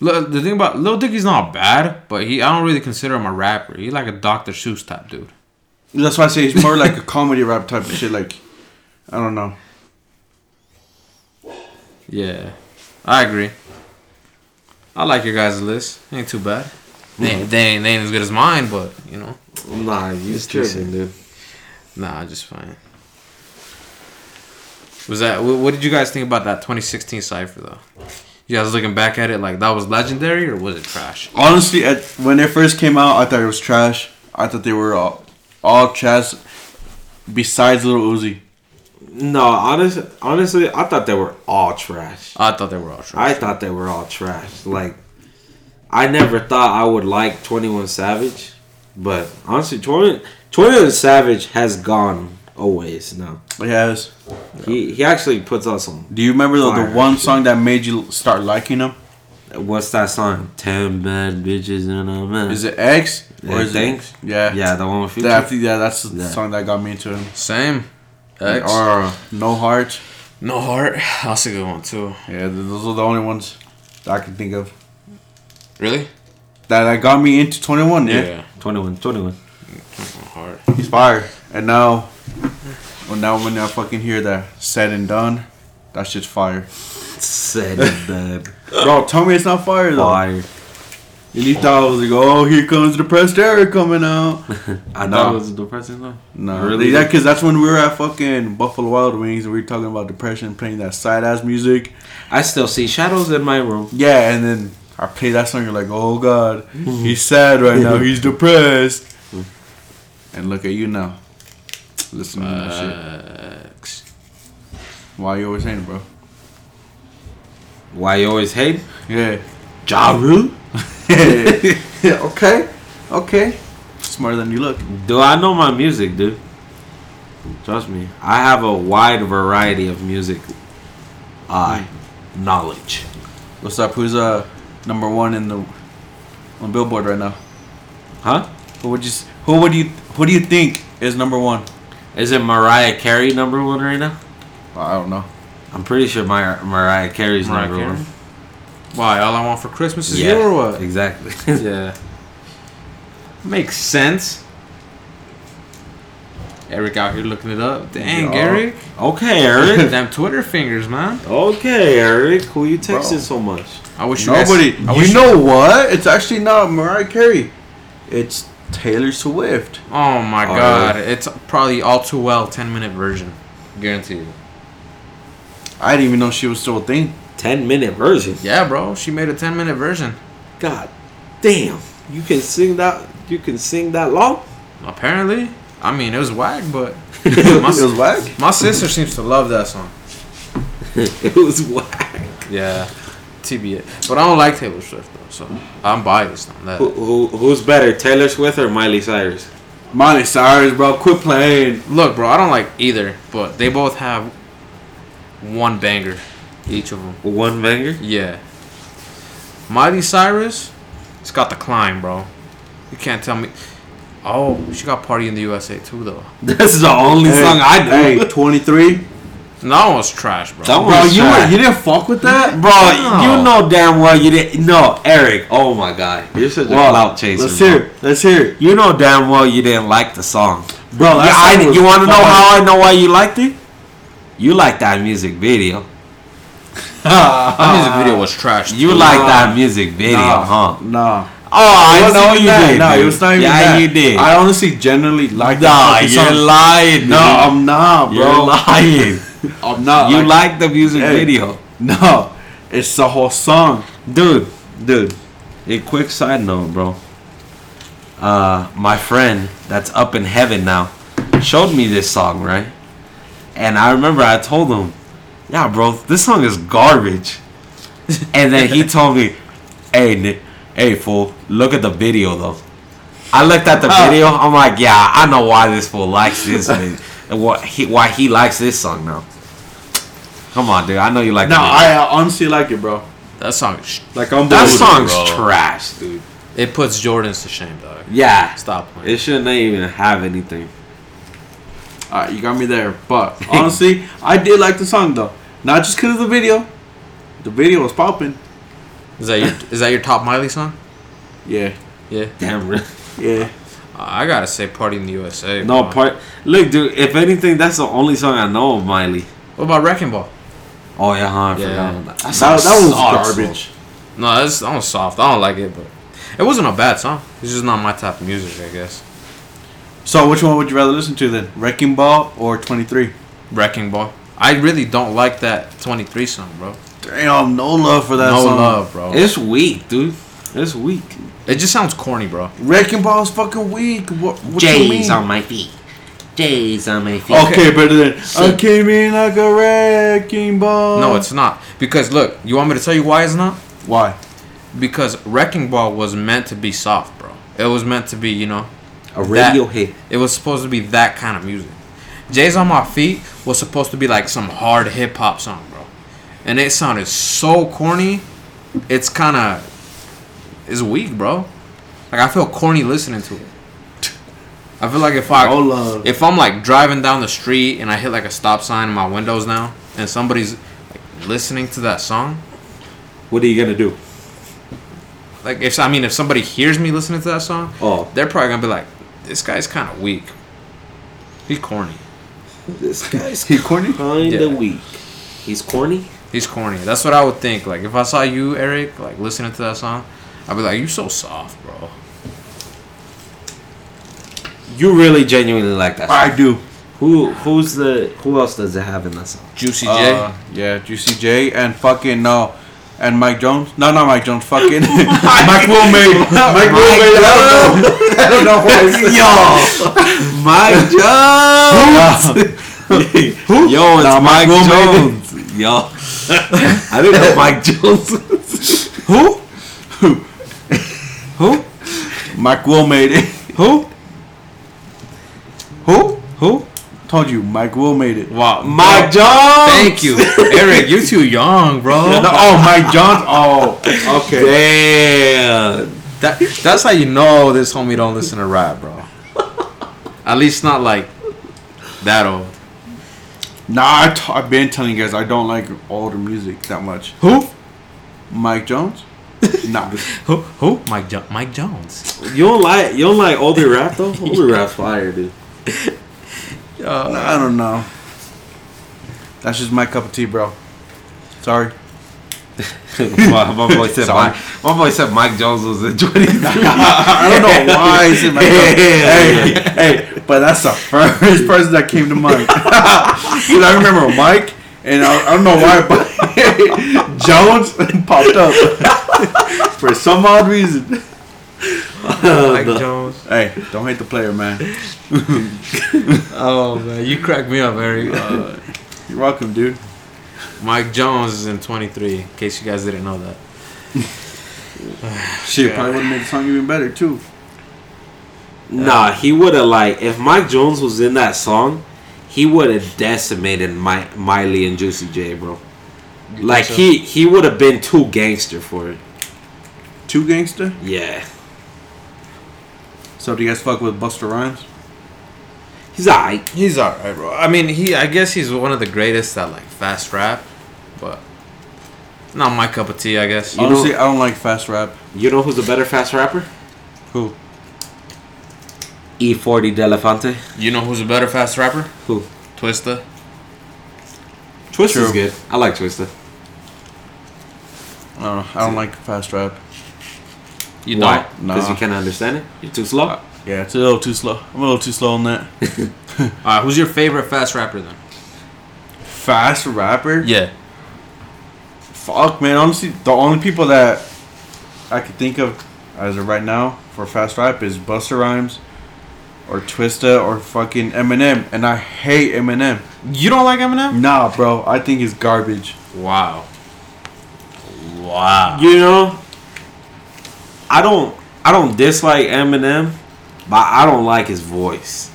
A: Look, the thing about Lil Dicky's not bad, but he I don't really consider him a rapper. He's like a Dr. Seuss type dude.
C: That's why I say it's more like a comedy rap type of shit. Like, I don't know.
A: Yeah, I agree. I like your guys' list. Ain't too bad. They, ain't- they, ain't, they ain't as good as mine, but you know,
B: Nah, you
A: tripping,
B: dude.
A: nah, just fine. Was that wh- what did you guys think about that 2016 cipher though? You guys looking back at it like that was legendary or was it trash?
C: Honestly, at, when it first came out, I thought it was trash. I thought they were all, all trash. Besides Little Uzi,
B: No, honest, honestly, I thought they were all trash.
A: I thought they were all trash.
B: I thought they were all trash. Like, I never thought I would like 21 Savage, but honestly, 20, 21 Savage has gone Always, no.
C: Yes.
B: He he actually puts out some.
C: Do you remember the, the
B: Fire.
C: one song that made you start liking him?
B: What's that song? Ten bad bitches and a man.
C: Is it X
B: Yeah,
C: or is
B: Thanks.
C: it? Yeah.
B: Yeah, the one with Future.
C: That, yeah, that's the
B: Yeah.
C: song that got me into him.
A: Same. X.
C: Or No Heart.
A: No heart. That's a good one too.
C: Yeah, th- those are the only ones that I can think of
A: Really?
C: that that got me into 21. Yeah,
B: Twenty one, twenty one.
A: No heart.
C: he's fired. And now, well, now when I fucking hear that said and done, that shit's fire.
B: Said the
C: Bro, tell me it's not fire though.
B: fire.
C: And you thought I was like, oh, here comes the pressed air coming out. Nah.
B: I know it was a depressing song.
C: No,
B: Really?
C: really? Yeah, because that's when we were at fucking Buffalo Wild Wings and we were talking about depression, playing that side ass music.
B: I still see shadows in my room.
C: Yeah, and then I play that song. You're like, oh god, he's sad right now. He's depressed. And look at you now, listening to that shit.
A: Uh, X.
C: Why you always saying, bro?
B: Why you always hate?
C: Yeah.
B: Ja Rule?
C: Yeah, okay. Okay. Smarter than you look.
B: Dude, I know my music, dude. Trust me. I have a wide variety of music I knowledge.
C: What's up? Who's uh number one in the on Billboard right now?
B: Huh?
C: Who would you? s- Who would you? Who do you think is number one?
B: Is it Mariah Carey number one right now?
C: I don't know.
B: I'm pretty sure Mar- Mariah Carey's
A: Mariah
B: number
A: Carey?
B: one.
A: Why? All I want for Christmas is you or what?
B: exactly.
A: Yeah. Makes sense. Eric out here looking it up. Dang,
C: Yeah.
A: Eric.
B: okay, Eric.
A: Them Twitter fingers, man.
B: okay, Eric. Who you texting
C: Bro.
B: so much?
A: I wish you
C: Nobody.
A: Guys, I wish
C: you know what? It's actually not Mariah Carey. It's Taylor Swift.
A: Oh my
B: Oh,
A: god. It's probably all too well 10 minute version. Guaranteed.
C: I didn't even know she was still a thing.
B: Ten minute version.
A: Yeah, bro. She made a 10 minute version.
B: God damn. You can sing that. You can sing that long.
A: Apparently. I mean, it was whack, but
C: it
A: my,
C: was
A: s-
C: whack.
A: my sister seems to love that song.
B: it was whack.
A: Yeah. TBA. But I don't like Taylor Swift, though, so I'm biased on that.
B: Who, who, who's better, Taylor Swift or Miley Cyrus?
C: Miley Cyrus, bro, quit playing.
A: Look, bro, I don't like either, but they both have one banger, each of them.
B: One banger.
A: Yeah. Miley Cyrus, it's got the climb, bro. You can't tell me. Oh, she got Party in the USA too, though.
B: This is the only song I
C: hey,
B: know.
C: 23.
A: And that one was trash, bro.
B: That one-
C: Bro, you
B: shy.
C: were, you didn't fuck with that,
B: Bro, you
A: No.
B: know damn well you didn't. No, Eric. Oh my God, you're such a
C: Well,
B: clout chaser.
C: Let's
B: bro.
C: hear. it. Let's hear, it.
B: You know damn well you didn't like the song.
C: bro.
B: yeah, I, you want to know how I know why you liked it? You like that music video.
A: that music video was trash.
B: You
A: too.
B: like that music video,
C: nah,
B: huh?
C: Nah,
B: Oh, I
C: It wasn't
B: know
C: even
B: you
C: that.
B: did.
C: No,
B: dude.
C: it was not even
B: yeah,
C: that.
B: you did.
C: I honestly generally like
B: nah,
C: fucking
B: you're
C: song.
B: lying. Dude.
C: No, I'm not, bro.
B: you're lying.
C: I'm not.
B: you like the music
C: Hey.
B: video,
C: No, it's the whole song.
B: dude? Dude, a quick side note, bro. Uh, my friend that's up in heaven now showed me this song, right? And I remember I told him, "Yeah, bro, this song is garbage." and then he told me, "Hey, Nick, hey, fool, look at the video though." I looked at the
C: Oh.
B: video. I'm like, "Yeah, I know why this fool likes this, man. and what he why he likes this song now." Come on, dude. I know you like
C: No,
B: the video.
C: I uh, honestly like it, bro.
A: That song. is sh-
C: Like I'm.
B: that
C: bored.
B: song's
A: bro.
B: trash, dude.
A: It puts Jordans to shame, dog.
B: Yeah,
A: Stop playing.
B: It shouldn't even have anything.
C: All right, you got me there. But honestly, I did like the song though. Not just because of the video. The video was popping.
A: Is that your is that your top Miley song?
C: Yeah,
A: Yeah.
B: Damn, really.
C: yeah.
A: I gotta say, Party in the USA.
B: No
A: bro.
B: part. Look, dude. If anything, that's the only song I know of Miley.
A: What about Wrecking Ball?
B: Oh yeah, huh, I
A: Yeah.
B: forgot about that. That,
C: That, that was
B: sucks,
C: garbage.
A: No, that's that was soft. I don't like it, but it wasn't a bad song. It's just not my type of music, I guess.
C: So which one would you rather listen to then, Wrecking Ball or 23?
A: Wrecking Ball. I really don't like that 23 song, bro.
C: Damn, no love for that
A: no
C: song.
A: love, bro.
B: bro. It's weak, dude. It's weak.
A: It just sounds corny, bro.
C: Wrecking Ball's fucking weak. What? what you mean?
B: J's on my feet. J's on my feet.
C: Okay, better than
B: So-
C: I came in like a wrecking ball.
A: No, it's not. Because look, you want me to tell you why it's not?
C: why?
A: Because Wrecking Ball was meant to be soft, bro. It was meant to be, you know,
B: A radio hit.
A: it was supposed to be that kind of music. Jay's on My Feet was supposed to be like some hard hip hop song, bro. And it sounded so corny. It's kind of it's weak, bro. Like I feel corny listening to it. I feel like if I
C: No love.
A: if I'm like driving down the street and I hit like a stop sign and my windows down and somebody's like listening to that song,
B: What are you gonna do?
A: like if I mean if somebody hears me listening to that song,
B: Oh.
A: they're probably gonna be like, this guy's kind of weak. He's corny.
B: This guy's
C: He corny?
B: kind
A: Yeah.
B: of weak. He's corny.
A: He's corny. That's what I would think. Like if I saw you, Eric, like listening to that song, I'd be like, you so soft, bro.
B: You really genuinely like that. Song.
C: I do.
B: Who who's the who else does it have in that song?
A: Juicy
C: Uh, yeah, Juicy J and fucking no, and Mike Jones. No, not Mike Jones. Fucking Mike Wilmay. Mike Wilmay. I don't know why.
B: Yo, Mike Jones. Who? Yo, it's
C: Nah, Mike
B: Mike
C: Wilmay.
B: Jones. Yo, I didn't know Mike Jones. was-
C: Who?
B: Who?
C: Mike Wilmay.
B: Who?
C: Who?
B: Who?
C: Told you, Mike Will made it.
A: Wow,
B: Mike Jones.
A: Thank you, Eric. You're too young,
C: No,
A: bro.
C: oh, Mike Jones. Oh, okay.
B: Damn.
A: That that's how you know this homie don't listen to rap, bro. At least not like that old.
C: Nah, i t- I've been telling you guys I don't like older music that much.
A: Who?
C: Mike Jones? nah.
A: Who? Who? Mike jo- Mike Jones.
B: You don't like you don't like older rap though. Older rap's fire, dude.
A: Uh,
C: I don't know. That's just my cup of tea, bro. Sorry.
B: my, my boy said
C: Sorry.
B: Mike. My boy said Mike Jones was in twenty three.
C: I don't know why I said Mike Jones. Hey, hey, but that's the first person that came to mind. 'Cause I remember Mike, and I, I don't know why, but Jones popped up for some odd reason.
A: Mike Jones.
C: Hey, don't hate the player, man.
A: Oh man, you crack me up, Eric. Uh,
C: You're welcome, dude.
A: Mike Jones is in 23. In case you guys didn't know that.
C: Shit, probably would have made the song even better too.
B: Nah, he would have like if Mike Jones was in that song, he would have decimated Mi- Miley and Juicy J, bro. Like
A: so?
B: he he would have been too gangster for it.
C: Too gangster.
B: Yeah,
C: So do you guys fuck with Buster Rhymes?
B: he's alright.
A: He's alright, bro. I mean, he. I guess he's one of the greatest at like fast rap, but not my cup of tea. I guess.
B: You
C: Honestly, I don't like fast rap.
B: You know who's the better fast rapper?
C: Who?
B: E forty Delafante.
A: You know who's a better fast rapper?
B: Who?
A: Twista.
B: Twister's
C: True.
B: good. I like Twister.
C: I don't know. I don't like fast rap.
A: You
B: Why? Uh,
A: don't.
C: Nah.
B: Because you can't understand it. You're too slow.
C: Yeah, it's a little too slow. I'm a little too slow on that.
A: All right. Who's your favorite fast rapper then?
C: fast rapper?
A: Yeah.
C: Fuck, man. Honestly, the only people that I could think of as of right now for fast rap is Buster Rhymes or Twista or fucking Eminem. And I hate Eminem.
A: You don't like Eminem?
C: Nah, bro. I think he's garbage.
A: Wow. Wow.
B: You know, I don't I don't dislike Eminem, but I don't like his voice.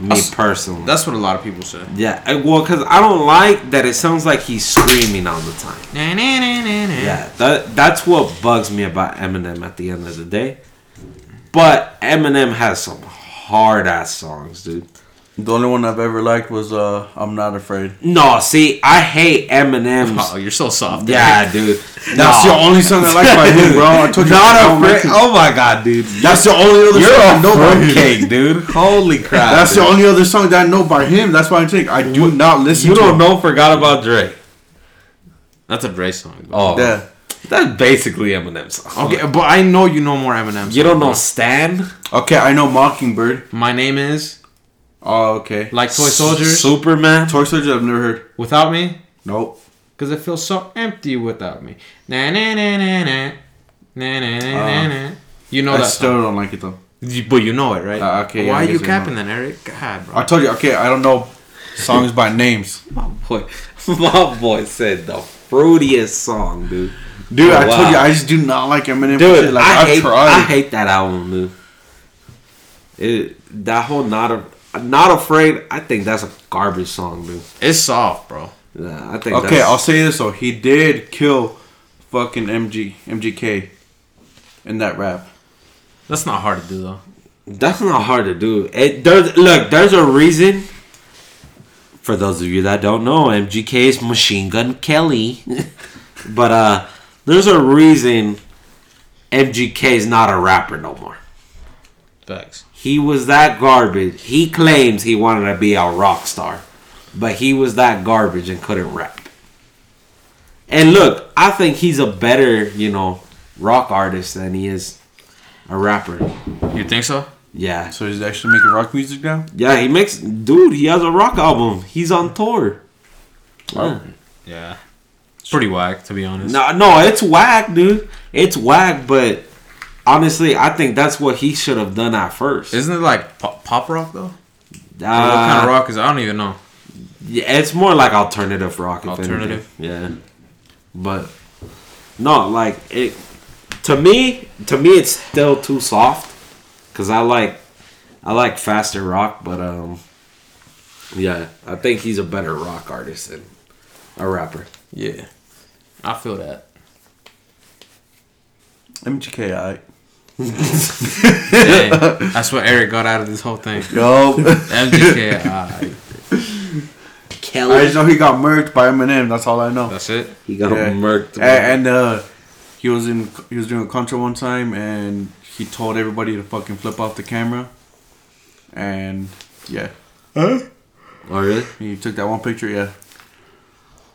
B: Me
A: That's-
B: personally.
A: That's what a lot of people say.
B: Yeah, I- well, because I don't like that it sounds like he's screaming all the time.
A: Yeah.
B: Yeah, that that's what bugs me about Eminem at the end of the day. But Eminem has some hard ass songs, dude.
C: The only one I've ever liked was uh, I'm Not Afraid.
B: No, see, I hate
A: Oh,
B: Eminem's.
A: you're so soft.
B: Yeah, dude.
C: That's
B: no.
C: the only song I like by him, bro. I told you. I
B: Not
C: don't like him.
B: afraid. Oh my god, dude.
C: That's the only other
B: You're
C: song I
B: a
C: know by him.
B: fruitcake, dude. Holy crap.
C: That's
B: dude.
C: the only other song that I know by him. That's why I'm saying I do not listen
B: You
C: to
B: don't
C: him.
B: know. Forgot about Drake.
A: That's a Dre song. bro.
B: Oh,
C: Yeah.
B: that's basically Eminem's. Song.
A: Okay, but I know you know more Eminem.
B: Oh, You don't know
A: songs,
B: Stan.
C: Okay, I know Mockingbird.
A: bro. My name is
C: Oh, okay.
A: like toy soldiers
B: Superman.
C: Toy Soldier, I've never heard.
A: without me,
C: Nope.
A: cause it feels so empty without me. Na na na na na na na na na. You know
C: I
A: that,
C: still
A: song. Ah,
C: don't like it though.
A: Oh. You- but you know it, right?
C: Uh, okay, yeah,
A: Why
C: I
A: are you
C: guess I know.
A: capping then, Eric? God, bro.
C: I told you. Okay, I don't know songs by names,
B: My boy, my boy said the fruitiest song, dude.
C: dude.
B: Oh,
C: I told
B: wow.
C: you I just do not like Eminem. for shit.
B: Dude,
C: like
B: I,
C: I've
B: hate, I
C: tried.
B: hate that album, dude. It, that whole not a, Not Afraid, I think that's a garbage song, dude.
A: It's soft, bro.
B: Yeah, I think
C: Okay, I'll say this though. He did kill fucking MG MGK in that rap.
A: That's not hard to do though.
B: That's not hard to do. It there's look, there's a reason. For those of you that don't know, MGK is Machine Gun Kelly. but uh there's a reason MGK is not a rapper no more.
A: Facts.
B: He was that garbage. He claims he wanted to be a rock star, but he was that garbage and couldn't rap. And look, I think he's a better, you know, rock artist than he is a rapper.
A: You think so?
B: Yeah.
C: So he's actually making rock music now.
B: Yeah, he makes dude. He has a rock album. He's on tour. Yeah.
A: Yeah. It's pretty whack, to be honest.
B: No, no, it's whack, dude. It's whack. But honestly, I think that's what he should have done at first.
A: Isn't it like pop, pop rock though? Or
B: Uh,
A: what kind of rock is? it? I don't even know.
B: Yeah, it's more like alternative rock. if
A: Alternative.
B: anything. Yeah, but no, like it. To me, to me, it's still too soft. Cause I like, I like faster rock, but um, yeah, I think he's a better rock artist than a rapper.
A: Yeah. I feel that.
C: MGK, I
A: Hey, that's what Eric got out of this whole thing.
C: yo.
A: MGK. alright.
B: Kelly.
C: I just know he got murked by Eminem. That's all I know.
A: that's it.
B: He got
C: Yeah.
B: murked.
C: A- And, uh, he was in he was doing a concert one time, and he told everybody to fucking flip off the camera. And yeah,
B: oh really?
C: he took that one picture. Yeah,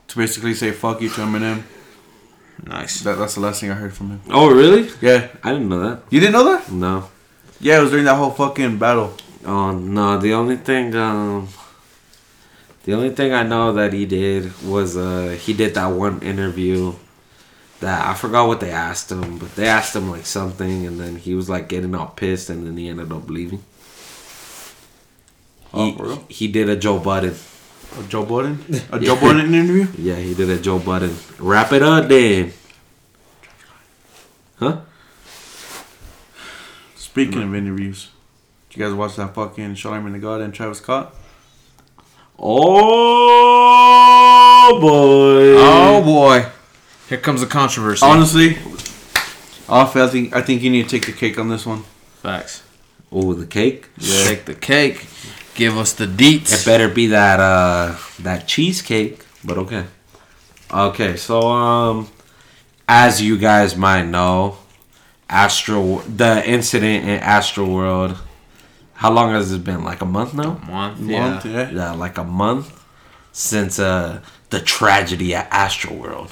C: to basically say fuck you to Eminem.
A: Nice.
C: That, that's the last thing I heard from him.
B: Oh really?
C: Yeah,
B: I didn't know that.
C: you didn't know that?
B: No.
C: Yeah, it was during that whole fucking battle.
B: Oh no. The only thing um, the only thing I know that he did was uh he did that one interview that I forgot what they asked him, but they asked him like something, and then he was like getting all pissed, and then he ended up leaving.
C: Oh,
B: he,
C: for real?
B: he did a Joe Budden.
C: A Joe Budden? A Joe Budden interview?
B: Yeah, he did a Joe Budden. Wrap it up then. Huh?
C: Speaking of interviews, did you guys watch that fucking Charlamagne the God and Travis Scott?
B: Oh boy.
A: Oh boy. Here comes the controversy.
C: Honestly, off. I think I think you need to take the cake on this one.
A: Facts.
B: Oh, the cake.
A: Take the cake. Give us the deets.
B: It better be that uh that cheesecake, but okay. Okay, so um as you guys might know, Astro the incident in Astro World. How long has it been? Like a month now?
A: Month,
C: Month,
A: yeah.
C: yeah.
B: Yeah, like a month since uh the tragedy at Astroworld.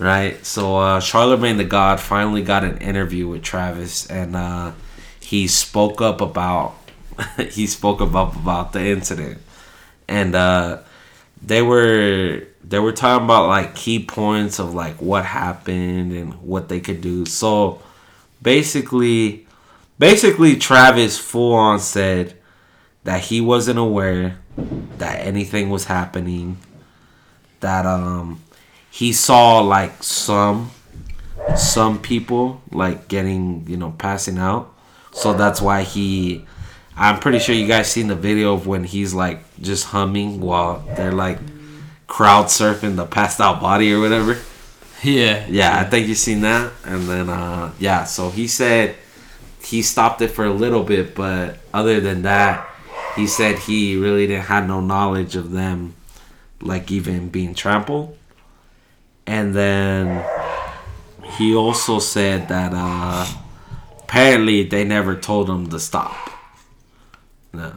B: Right? So uh Charlemagne the God finally got an interview with Travis and uh he spoke up about he spoke up about the incident. And uh they were they were talking about like key points of like what happened and what they could do. So basically basically Travis full on said that he wasn't aware that anything was happening that um he saw like some some people like getting you know passing out so that's why he i'm pretty sure you guys seen the video of when he's like just humming while they're like crowd surfing the passed out body or whatever
A: Yeah.
B: yeah, I think you seen that. And then uh yeah, so he said he stopped it for a little bit, but other than that, he said he really didn't have no knowledge of them like even being trampled. And then he also said that uh apparently they never told him to stop. No.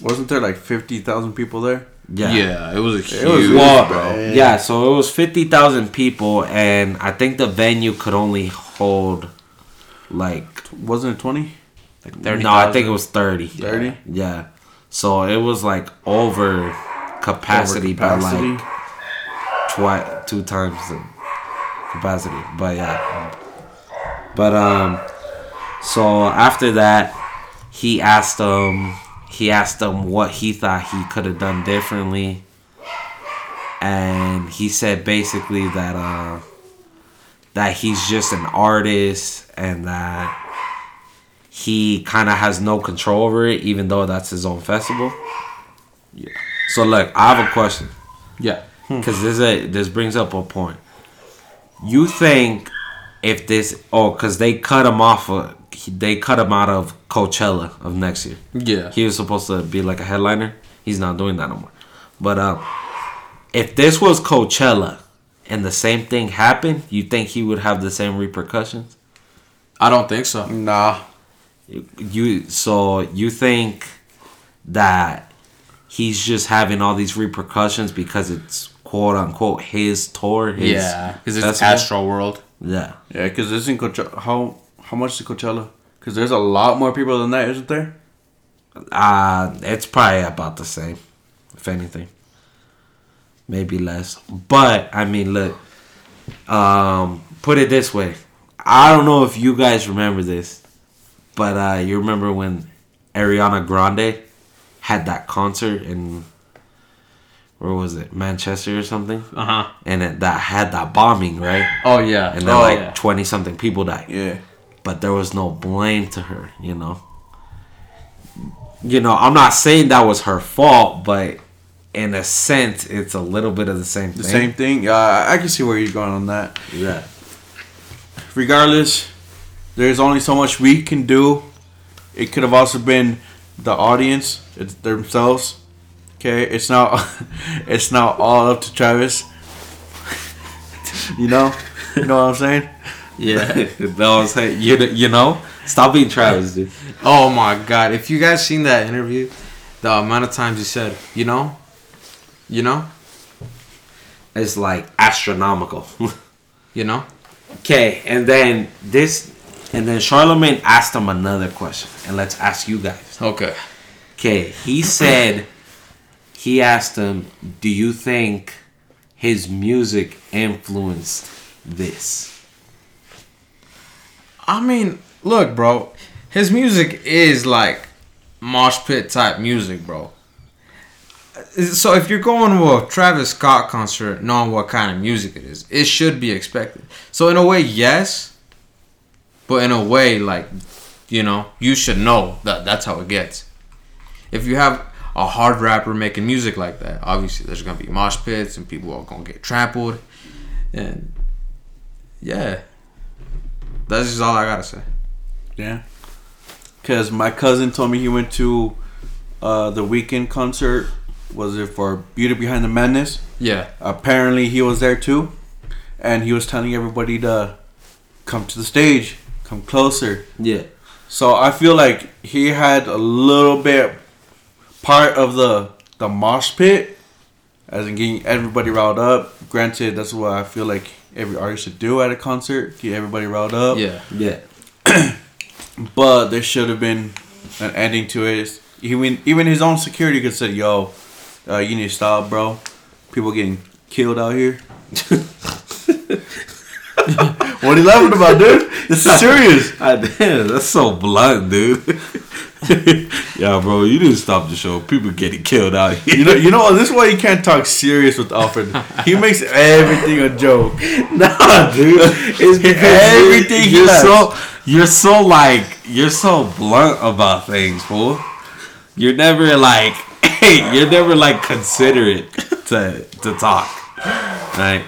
C: Wasn't there like fifty thousand people there?
A: Yeah.
B: Yeah.
A: it was a huge.
C: It was
B: Well,
C: bro.
B: yeah, so it was 50,000 people, and I think the venue could only hold like,
C: Wasn't it twenty?
B: no, I think it was 30.
C: 30?
B: Yeah. Yeah. So it was like over capacity, by like twi- two times the capacity. But yeah. But um so after that he asked him he asked him what he thought he could have done differently. And he said basically that uh that he's just an artist and that he kind of has no control over it, even though that's his own festival. Yeah. So look, I have a question
C: Yeah.
B: because this Hmm. a, this brings up a point. You think if this oh because they cut him off of, they cut him out of Coachella of next year.
A: Yeah.
B: He was supposed to be like a headliner. He's not doing that no more. But um, if this was Coachella and the same thing happened, you think he would have the same repercussions?
A: I don't think so.
C: Nah.
B: You so you think that he's just having all these repercussions because it's quote unquote his tour. His
A: Yeah, because it's
B: festival?
A: Astro World.
B: Yeah.
C: Yeah, because this in Coachella. How how much is Coachella? Because there's a lot more people than that, isn't there?
B: Uh it's probably about the same, if anything. Maybe less. But I mean look. Um put it this way. I don't know if you guys remember this, but uh you remember when Ariana Grande had that concert in where was it? Manchester or something?
A: Uh huh.
B: And it, that had that bombing, right?
A: Oh yeah.
B: And then
A: oh,
B: like
A: yeah.
B: twenty something people died
C: Yeah.
B: but there was no blame to her, you know. You know, I'm not saying that was her fault, but in a sense, it's a little bit of the same
C: The
B: thing.
C: same thing. Yeah, I I can see where you're going on that.
B: Yeah.
C: regardless, there's only so much we can do. It could have also been the audience it's themselves. Okay, it's not it's not all up to Travis. you know, you know what I'm saying?
A: yeah.
B: that was hey, you, you know, stop being Travis, dude.
A: Oh my god! If you guys seen that interview, the amount of times he said, you know, you know,
B: It's like astronomical.
A: you know.
B: okay, and then this, and then Charlemagne asked him another question, and let's ask you guys.
A: Okay.
B: Okay, he said he asked him, "Do you think his music influenced this?"
A: I mean, look, bro. His music is like mosh pit type music, bro. So if you're going to a Travis Scott concert, knowing what kind of music it is, it should be expected. So in a way, yes, but in a way, like you know, you should know that that's how it gets. If you have a hard rapper making music like that, obviously there's gonna be mosh pits and people are gonna get trampled, and yeah, that's just all I gotta say.
C: Yeah. Cause my cousin told me he went to uh, the weekend concert. Was it for Beauty Behind the Madness?
A: Yeah.
C: apparently he was there too and he was telling everybody to come to the stage come closer
B: Yeah,
C: so i feel like he had a little bit part of the the mosh pit as in getting everybody riled up granted that's what i feel like every artist should do at a concert get everybody riled up
A: Yeah.
B: yeah,
C: but there should have been an ending to it. Even even his own security could said, "Yo, uh, you need to stop, bro. People getting killed out here." what are you laughing about, dude? This is serious.
B: I did. That's so blunt, dude. yeah, bro, you didn't stop the show. People getting killed out here.
C: You know, you know what? This is why you can't talk serious with Alfred. He makes everything a joke.
B: nah, dude. It's because
C: everything he
B: You're
C: does.
B: so you're so like you're so blunt about things, fool. You're never like hey, you're never like considerate to to talk, right?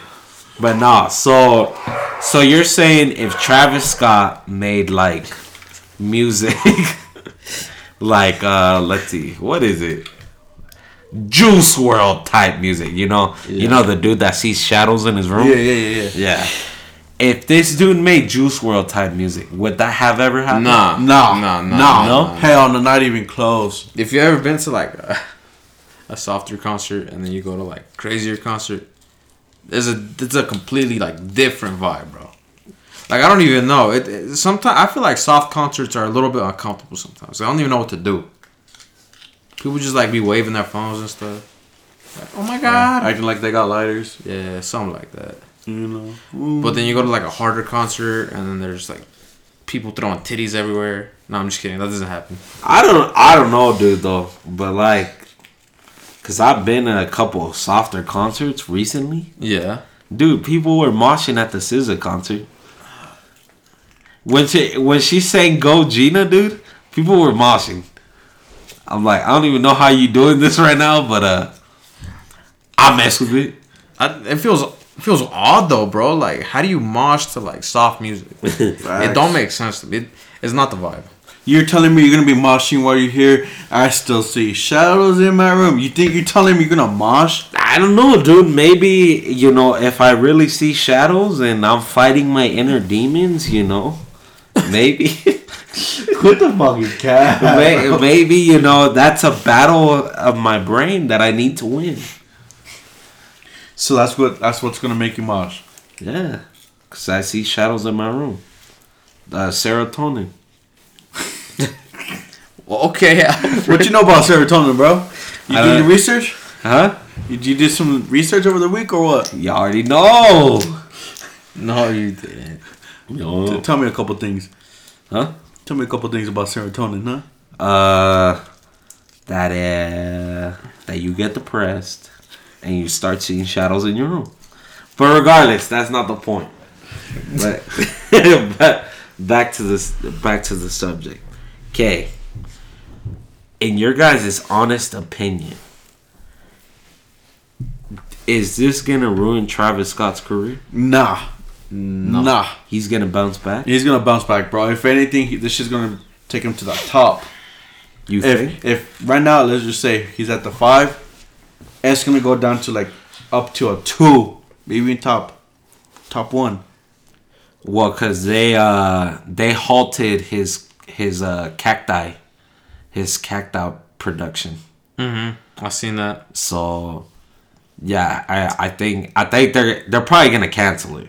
B: But nah, so so you're saying if Travis Scott made like music, like uh let's see, what is it? Juice World type music, you know, you know the dude that sees shadows in his room.
C: Yeah, yeah, yeah, yeah.
B: Yeah. If this dude made Juice World type music, would that have ever happened?
A: Nah.
C: Nah,
A: Nah. Nah.
B: nah.
A: nah.
C: Hell, no, not even close.
A: If you ever been to like a, a softer concert and then you go to like crazier concert, there's a it's a completely like different vibe, bro. Like I don't even know. It, it sometimes I feel like soft concerts are a little bit uncomfortable sometimes. I don't even know what to do. People just like be waving their phones and stuff. Like, oh my god.
C: Acting like they got lighters,
A: Yeah, something like that.
C: you know.
A: But then you go to like a harder concert and then there's like people throwing titties everywhere. No, I'm just kidding. That doesn't happen.
B: I don't. I don't know, dude. Though, but like, cause I've been at a couple of softer concerts recently.
A: Yeah.
B: Dude, people were moshing at the SZA concert. When she when she sang "Go Gina," dude, people were moshing. I'm like, I don't even know how you doing this right now, but uh, I mess with it.
A: I, it feels it feels odd though, bro. Like, how do you mosh to like soft music? it don't make sense to me. It, it's not the vibe.
C: You're telling me you're gonna be moshing while you're here. I still see shadows in my room. You think you're telling me you're gonna mosh?
B: I don't know, dude. Maybe you know if I really see shadows and I'm fighting my inner demons, you know, maybe. what the
C: Fucking cat.
B: May- Maybe you know that's a battle of my brain that I need to win.
C: So that's what that's what's gonna make you mosh.
B: Yeah, cause I see shadows in my room. Uh, serotonin.
A: Well, okay.
C: What you know about serotonin, bro? You
B: I
C: did
B: don't-
C: your research?
B: Huh?
C: You, you did some research over the week or what?
B: You already know.
A: no, you didn't.
C: T-
B: No.
C: Tell me a couple things.
B: Huh?
C: Tell me a couple things about serotonin, huh?
B: Uh, that uh, that you get depressed and you start seeing shadows in your room. But regardless, that's not the point. But, but back to this, back to the subject. Okay. In your guys' honest opinion, is this gonna ruin Travis Scott's career?
C: Nah, nah.
B: He's gonna bounce back.
C: He's gonna bounce back, bro. If anything, he, this shit's gonna take him to the top.
B: You
C: If
B: think?
C: if right now, let's just say he's at the five, it's gonna go down to like up to a two, maybe top, top one.
B: Well, cause they uh they halted his his uh cacti, his cacti production.
A: I seen that.
B: So yeah, I I think I think they're they're probably gonna cancel it.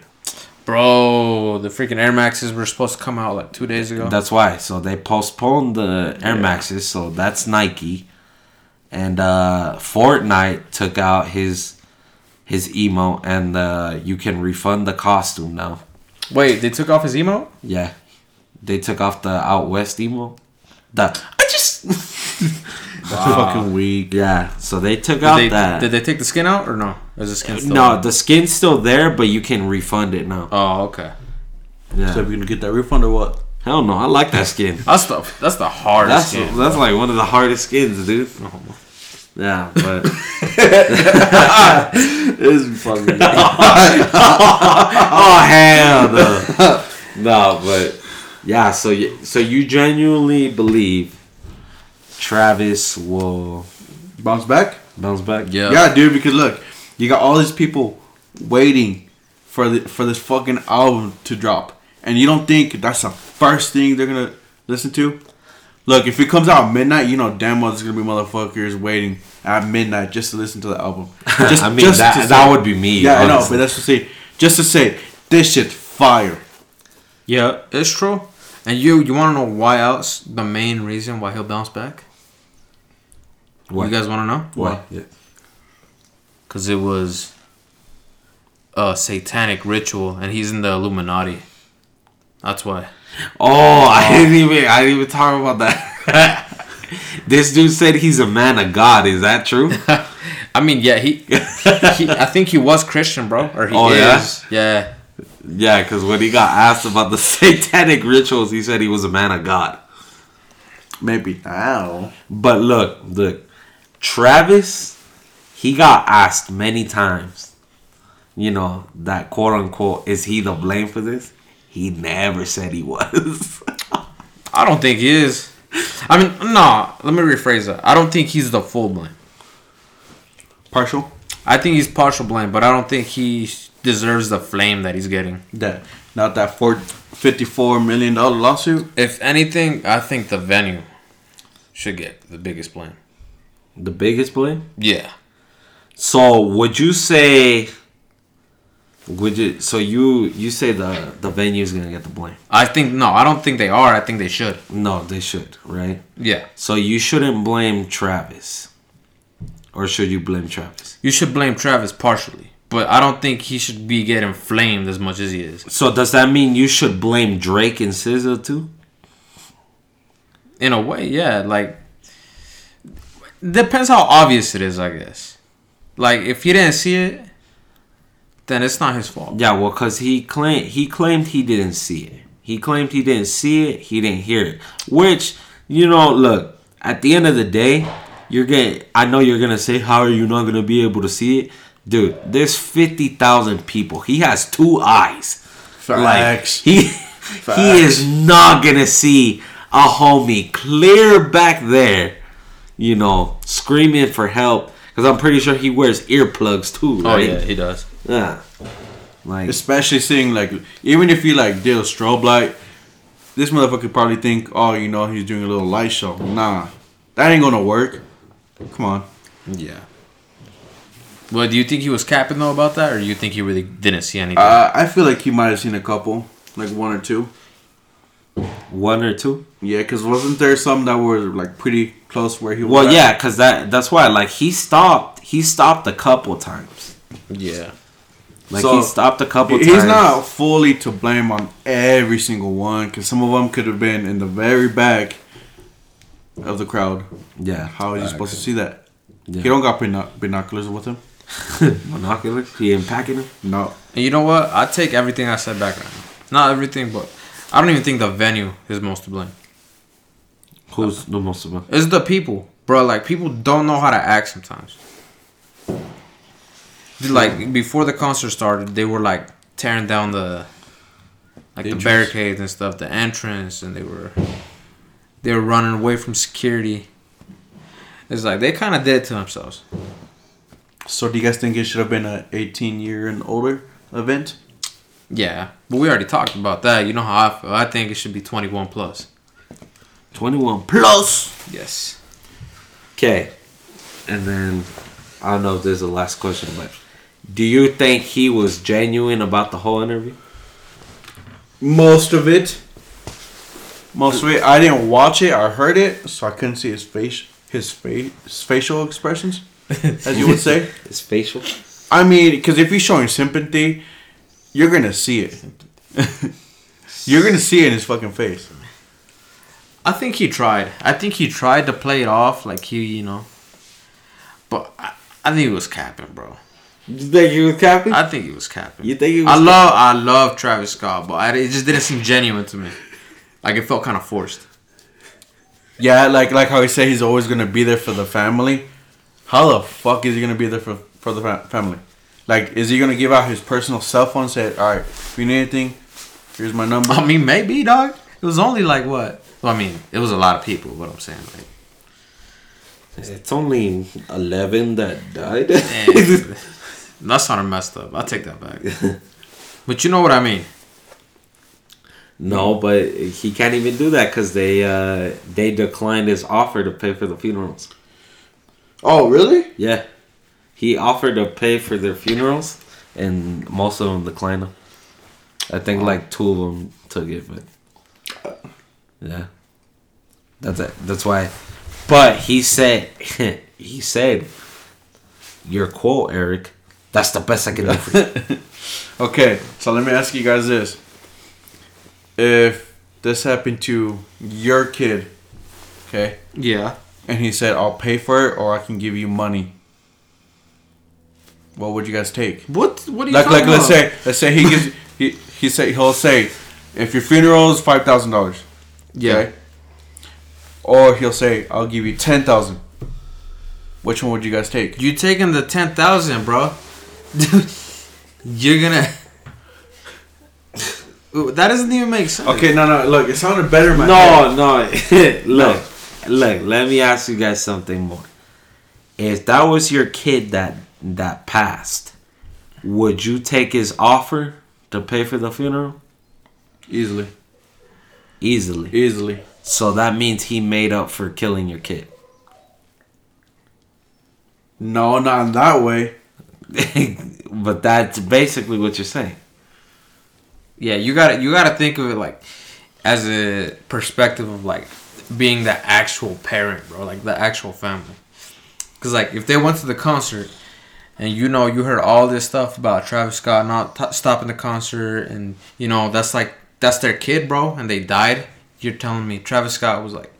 A: Bro, the freaking Air Maxes were supposed to come out like two days ago.
B: That's why. So they postponed the Air Maxes. So that's Nike, and uh Fortnite took out his his emote, and uh you can refund the costume now.
A: Wait, they took off his emo?
B: Yeah, they took off the out west emote. The I just.
C: Fucking weak.
B: Yeah, so they took
A: Did
B: out
A: they,
B: that.
A: did they take the skin out or no? Is the skin still?
B: no,
A: on?
B: the skin's still there, but you can refund it now.
A: Oh, okay.
C: So
B: Yeah.
C: we're gonna get that refund or what?
B: Hell no, I like that skin.
A: That's the that's the hardest
B: That's
A: skin. Oh.
B: that's like one of the hardest skins, dude. Yeah, but
C: It's fucking.
B: oh hell no, no, but yeah. So you, so you genuinely believe Travis will
C: bounce back.
B: bounce back?
A: Yeah.
C: Yeah, dude. Because look, you got all these people waiting for the for this fucking album to drop, and you don't think that's the first thing they're gonna listen to? Look, if it comes out at midnight, you know damn well there's gonna be motherfuckers waiting at midnight just to listen to the album. Just,
B: I mean, that- that would be me,
C: Yeah, I know,
B: honestly.
C: but that's to say, just to say, this shit's fire.
A: Yeah, it's true. And you you want to know why else? The main reason why he'll bounce back.
B: What?
A: You guys want to know?
B: what? Yeah.
A: Because it was a satanic ritual, and he's in the Illuminati. That's why.
B: Oh, I didn't even I didn't even talk about that. this dude said he's a man of God. Is that true?
A: I mean, yeah, he. he I think he was Christian, bro, or he
B: Oh, yeah?
A: is. Yeah.
B: yeah, because when he got asked about the satanic rituals, he said he was a man of God.
C: Maybe now.
B: But look, look, Travis, he got asked many times, you know, that quote unquote, is he to blame for this? He never said he was.
A: I don't think he is. I mean, nah. Let me rephrase that. I don't think he's the full blame.
C: Partial?
A: I think he's partial blame, but I don't think he deserves the flame that he's getting.
C: That not that four fifty-four million dollar lawsuit.
A: If anything, I think the venue should get the biggest blame.
B: the biggest blame?
A: Yeah.
B: So would you say would you so you you say the the venue's gonna get the blame?
A: I think no, I don't think they are. I think they should.
B: No, they should, right?
A: Yeah.
B: So you shouldn't blame Travis. Or should you blame Travis?
A: You should blame Travis partially, but I don't think he should be getting flamed as much as he is.
B: So does that mean you should blame Drake and SZA too?
A: In a way, yeah, like depends how obvious it is, I guess. Like if he didn't see it, then it's not his fault.
B: Yeah, well, cause he claimed he claimed he didn't see it. He claimed he didn't see it, he didn't hear it. Which, you know, look, at the end of the day, you're getting I know you're gonna say, How are you not gonna be able to see it? Dude, there's fifty thousand people. He has two eyes.
C: Facts.
B: Like he he is not gonna see a homie clear back there, you know, screaming for help. Cause I'm pretty sure he wears earplugs too,
A: Oh
B: right?
A: yeah, he does.
B: Yeah. Like
C: Especially seeing like even if you like deal strobe light, this motherfucker probably think, oh, you know, he's doing a little light show. Nah, that ain't gonna work. Come on.
A: Yeah. Well, do you think he was capping though about that, or you think he really didn't see anything?
C: Uh, I feel like he might have seen a couple, like one or two.
B: one or two.
C: Yeah, because wasn't there some that were like pretty close where he was?
B: Well,
C: at?
B: yeah, cause that that's why like he stopped. He stopped a couple times.
A: yeah.
B: Like
C: So,
B: he stopped a couple.
C: He-
B: times.
C: He's not fully to blame on every single one because some of them could have been in the very back of the crowd.
B: Yeah.
C: How is he supposed to see that?
B: Yeah.
C: He don't got binoc- binoculars with him.
B: Binoculars. He unpacking them.
C: No.
A: And you know what? I take everything I said back right now. Not everything, but I don't even think the venue is most to blame.
B: Who's the most of them?
A: It's the people, bro. Like people don't know how to act sometimes. Dude, Like before the concert started, they were like tearing down the like the
C: Entrance.
A: barricades and stuff, the entrance, and they were they were running away from security. It's like they kind of did it to themselves.
C: So do you guys think it should have been a 18 year and older event?
A: Yeah, but we already talked about that. You know how I feel. I think it should be twenty one plus.
B: Twenty-one plus.
A: Yes.
B: Okay. And then I don't know if there's a last question, but do you think he was genuine about the whole interview?
C: Most of it. Most of it. I didn't watch it. I heard it, so I couldn't see his face, his face, his facial expressions, as you would say.
B: It's facial.
C: I mean, because if you're showing sympathy, you're gonna see it. you're gonna see it in his fucking face.
A: I think he tried. I think he tried to play it off like he, you know. But I, I think he was capping, bro.
B: You think he was capping?
A: I think he was capping.
B: You think he was
A: I
B: capping?
A: love, I love Travis Scott, but I, it just didn't seem genuine to me. Like it felt kind of forced.
C: Yeah, like like how he said he's always gonna be there for the family. How the fuck is he gonna be there for for the fa- family? Like, is he gonna give out his personal cell phone? And say, all right, if you need anything, here's my number.
A: I mean, maybe, dog. It was only like what? Well, I mean, it was a lot of people. What I'm saying, like,
B: it's only eleven that died.
A: damn, that's kind of messed up. I take that back. But you know what I mean.
B: No, but he can't even do that because they uh, they declined his offer to pay for the funerals.
C: oh, really?
B: Yeah, he offered to pay for their funerals, and most of them declined him. I think like two of them took it, but yeah, that's it. That's why. But he said, he said, your quote, Eric. That's the best I can do for you.
C: Okay, so let me ask you guys this: If this happened to your kid, okay,
A: Yeah.
C: and he said, "I'll pay for it, or I can give you money," what would you guys take?
A: What? What are you
C: like
A: talking
C: like let's
A: about?
C: say let's say he gives he he say he'll say if your funeral is five thousand dollars
A: Yeah.
C: or he'll say I'll give you ten thousand which one would you guys take
A: You taking the ten thousand, bro? Dude, you're gonna. Ooh, That doesn't even make sense.
C: okay no no look it sounded better in my head.
B: No, no. look, look. Let me ask you guys something more. If that was your kid that that passed, would you take his offer to pay for the funeral?
C: easily
B: Easily.
C: easily
B: So that means he made up for killing your kid.
C: no not in that way
B: but that's basically what you're saying.
A: Yeah, you gotta you gotta think of it like as a perspective of like being the actual parent, bro, like the actual family. Cause like if they went to the concert and you know you heard all this stuff about Travis Scott not t- stopping the concert and you know that's like that's their kid, bro, and they died. You're telling me Travis Scott was like,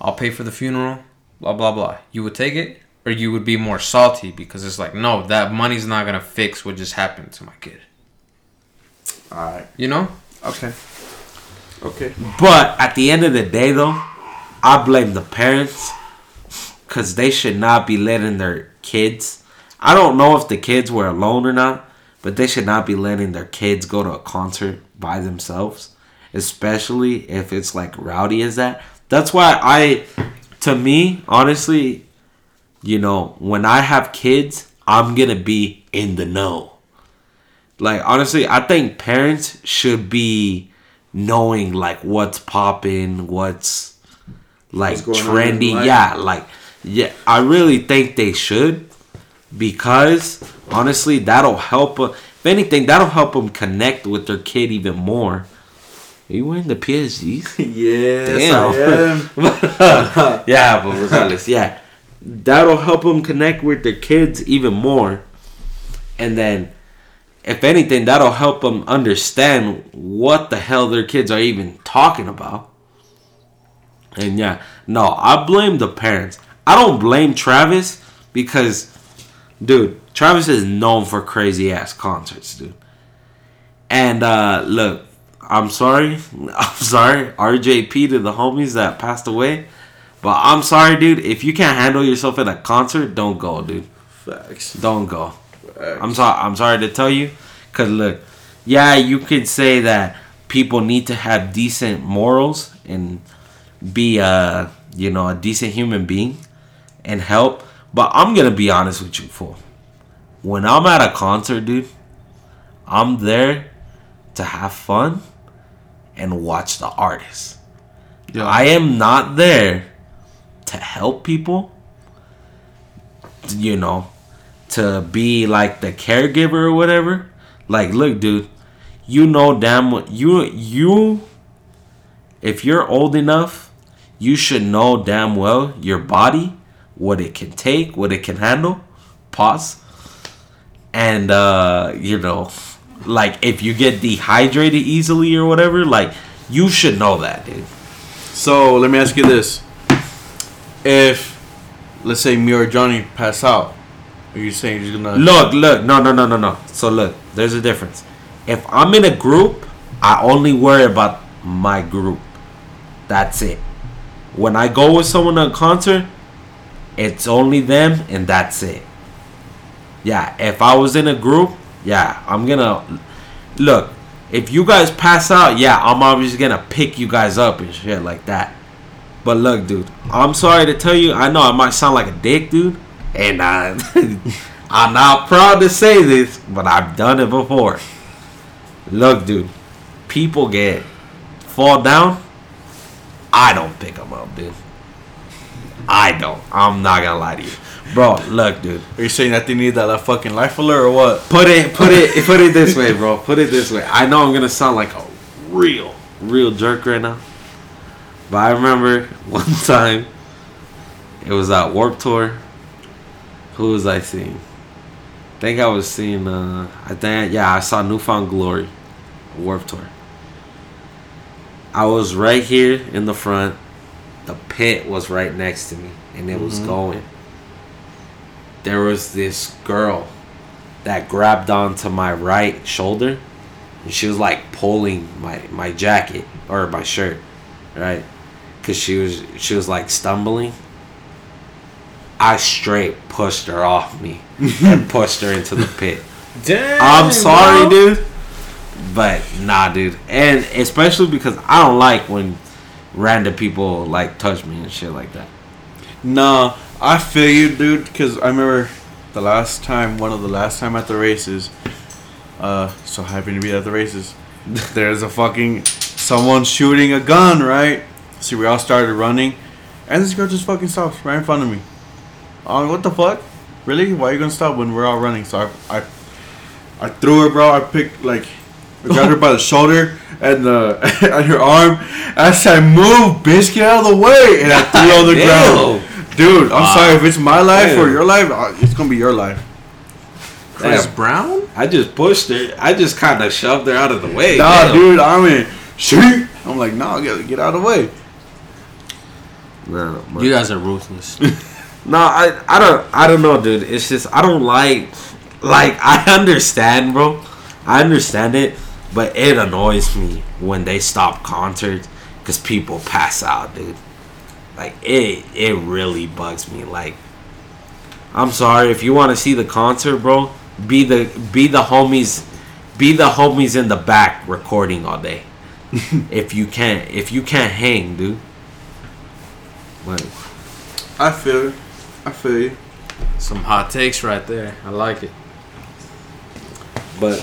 A: "I'll pay for the funeral," blah blah blah. You would take it, or you would be more salty because it's like, no, that money's not gonna fix what just happened to my kid.
C: all right
A: You know?
C: okay Okay.
B: But at the end of the day, though, I blame the parents because they should not be letting their kids. I don't know if the kids were alone or not, but they should not be letting their kids go to a concert by themselves, especially if it's like rowdy as that. That's why I, to me, honestly, you know, when I have kids, I'm gonna be in the know. Like honestly, I think parents should be knowing like what's popping, what's like
C: going on in
B: trendy.
C: life.
B: Yeah, like yeah, I really think they should because honestly, that'll help. uh, If anything, that'll help them connect with their kid even more. Are you wearing the PSGs?
C: Yes,
B: Damn.
C: I am.
B: yeah, but regardless, yeah, that'll help them connect with their kids even more, and then, if anything, that'll help them understand what the hell their kids are even talking about. And yeah, no, I blame the parents. I don't blame Travis because, dude, Travis is known for crazy ass concerts, dude. And uh look, I'm sorry, I'm sorry, RJP to the homies that passed away. But I'm sorry, dude. If you can't handle yourself at a concert, don't go, dude.
C: Facts.
B: Don't go. I'm sorry. I'm sorry to tell you, cause look, yeah, you could say that people need to have decent morals and be a you know a decent human being and help. But I'm gonna be honest with you, fool. When I'm at a concert, dude, I'm there to have fun and watch the artist.
A: Yeah.
B: I am not there to help people. You know, to be like the caregiver or whatever. Like, look, dude, you know damn well- you you if you're old enough, you should know damn well your body, what it can take, what it can handle. Pause. And uh, you know, like if you get dehydrated easily or whatever, like you should know that, dude.
C: So let me ask you this: If let's say me or Johnny pass out, are you saying you're gonna?
B: Look, look, no, no, no, no, no. So look, there's a difference. If I'm in a group, I only worry about my group. That's it. When I go with someone to a concert, it's only them and that's it. Yeah, if I was in a group, yeah, I'm gonna look. If you guys pass out, yeah, I'm obviously gonna pick you guys up and shit like that. But look, dude, I'm sorry to tell you, I know I might sound like a dick, dude, and I, I'm not proud to say this, but I've done it before. Look, dude, people get fall down. I don't pick them up, dude. I don't. I'm not gonna lie to you, bro. Look, dude.
C: Are you saying that they need that, that fucking life alert or what?
B: Put it, put it, put it this way, bro. Put it this way. I know I'm gonna sound like a real, real jerk right now, but I remember one time it was at Warp Tour. Who was I seeing? I think I was seeing. Uh, I think yeah, I saw Newfound Glory, Warp Tour. I was right here in the front. The pit was right next to me, and it was going. There was this girl that grabbed onto my right shoulder and she was like pulling my my jacket or my shirt right because she was she was like stumbling i straight pushed her off me and pushed her into the pit
A: Damn.
B: i'm sorry dude but nah dude and especially because i don't like when random people like touch me and shit like that
C: Nah, I feel you, dude. Because I remember the last time, one of the last time at the races. Uh, so happy to be at the races. There's a fucking someone shooting a gun, right? See, we all started running, and this girl just fucking stops right in front of me. I'm like, what the fuck? Really? Why are you gonna stop when we're all running? So I, I, I threw her, bro. I picked like, I grabbed her by the shoulder and uh, and her arm. I said, "Move, bitch, get out of the way!" And I threw her on the
B: Damn.
C: ground. Dude, I'm
B: Wow.
C: sorry if it's my life or
B: Dude.
C: your life. uh, It's gonna be your life.
A: Chris
B: Damn,
A: Brown?
B: i just pushed her i just kind of shoved her out of the way
C: nah,
B: Damn.
C: dude, I'm in. Shoot. I'm like, nah, get, get out of the way.
B: Nah, but-
A: You guys are ruthless.
B: No, I I don't I don't know, dude. It's just I don't like like I understand, bro. I understand it. But it annoys me when they stop concerts because people pass out, dude. Like it, it really bugs me. Like, I'm sorry if you want to see the concert, bro. Be the be the homies, be the homies in the back recording all day. if you can't, if you can't hang, dude. Like,
C: I feel you. I feel you.
A: Some hot takes right there. I like it.
B: but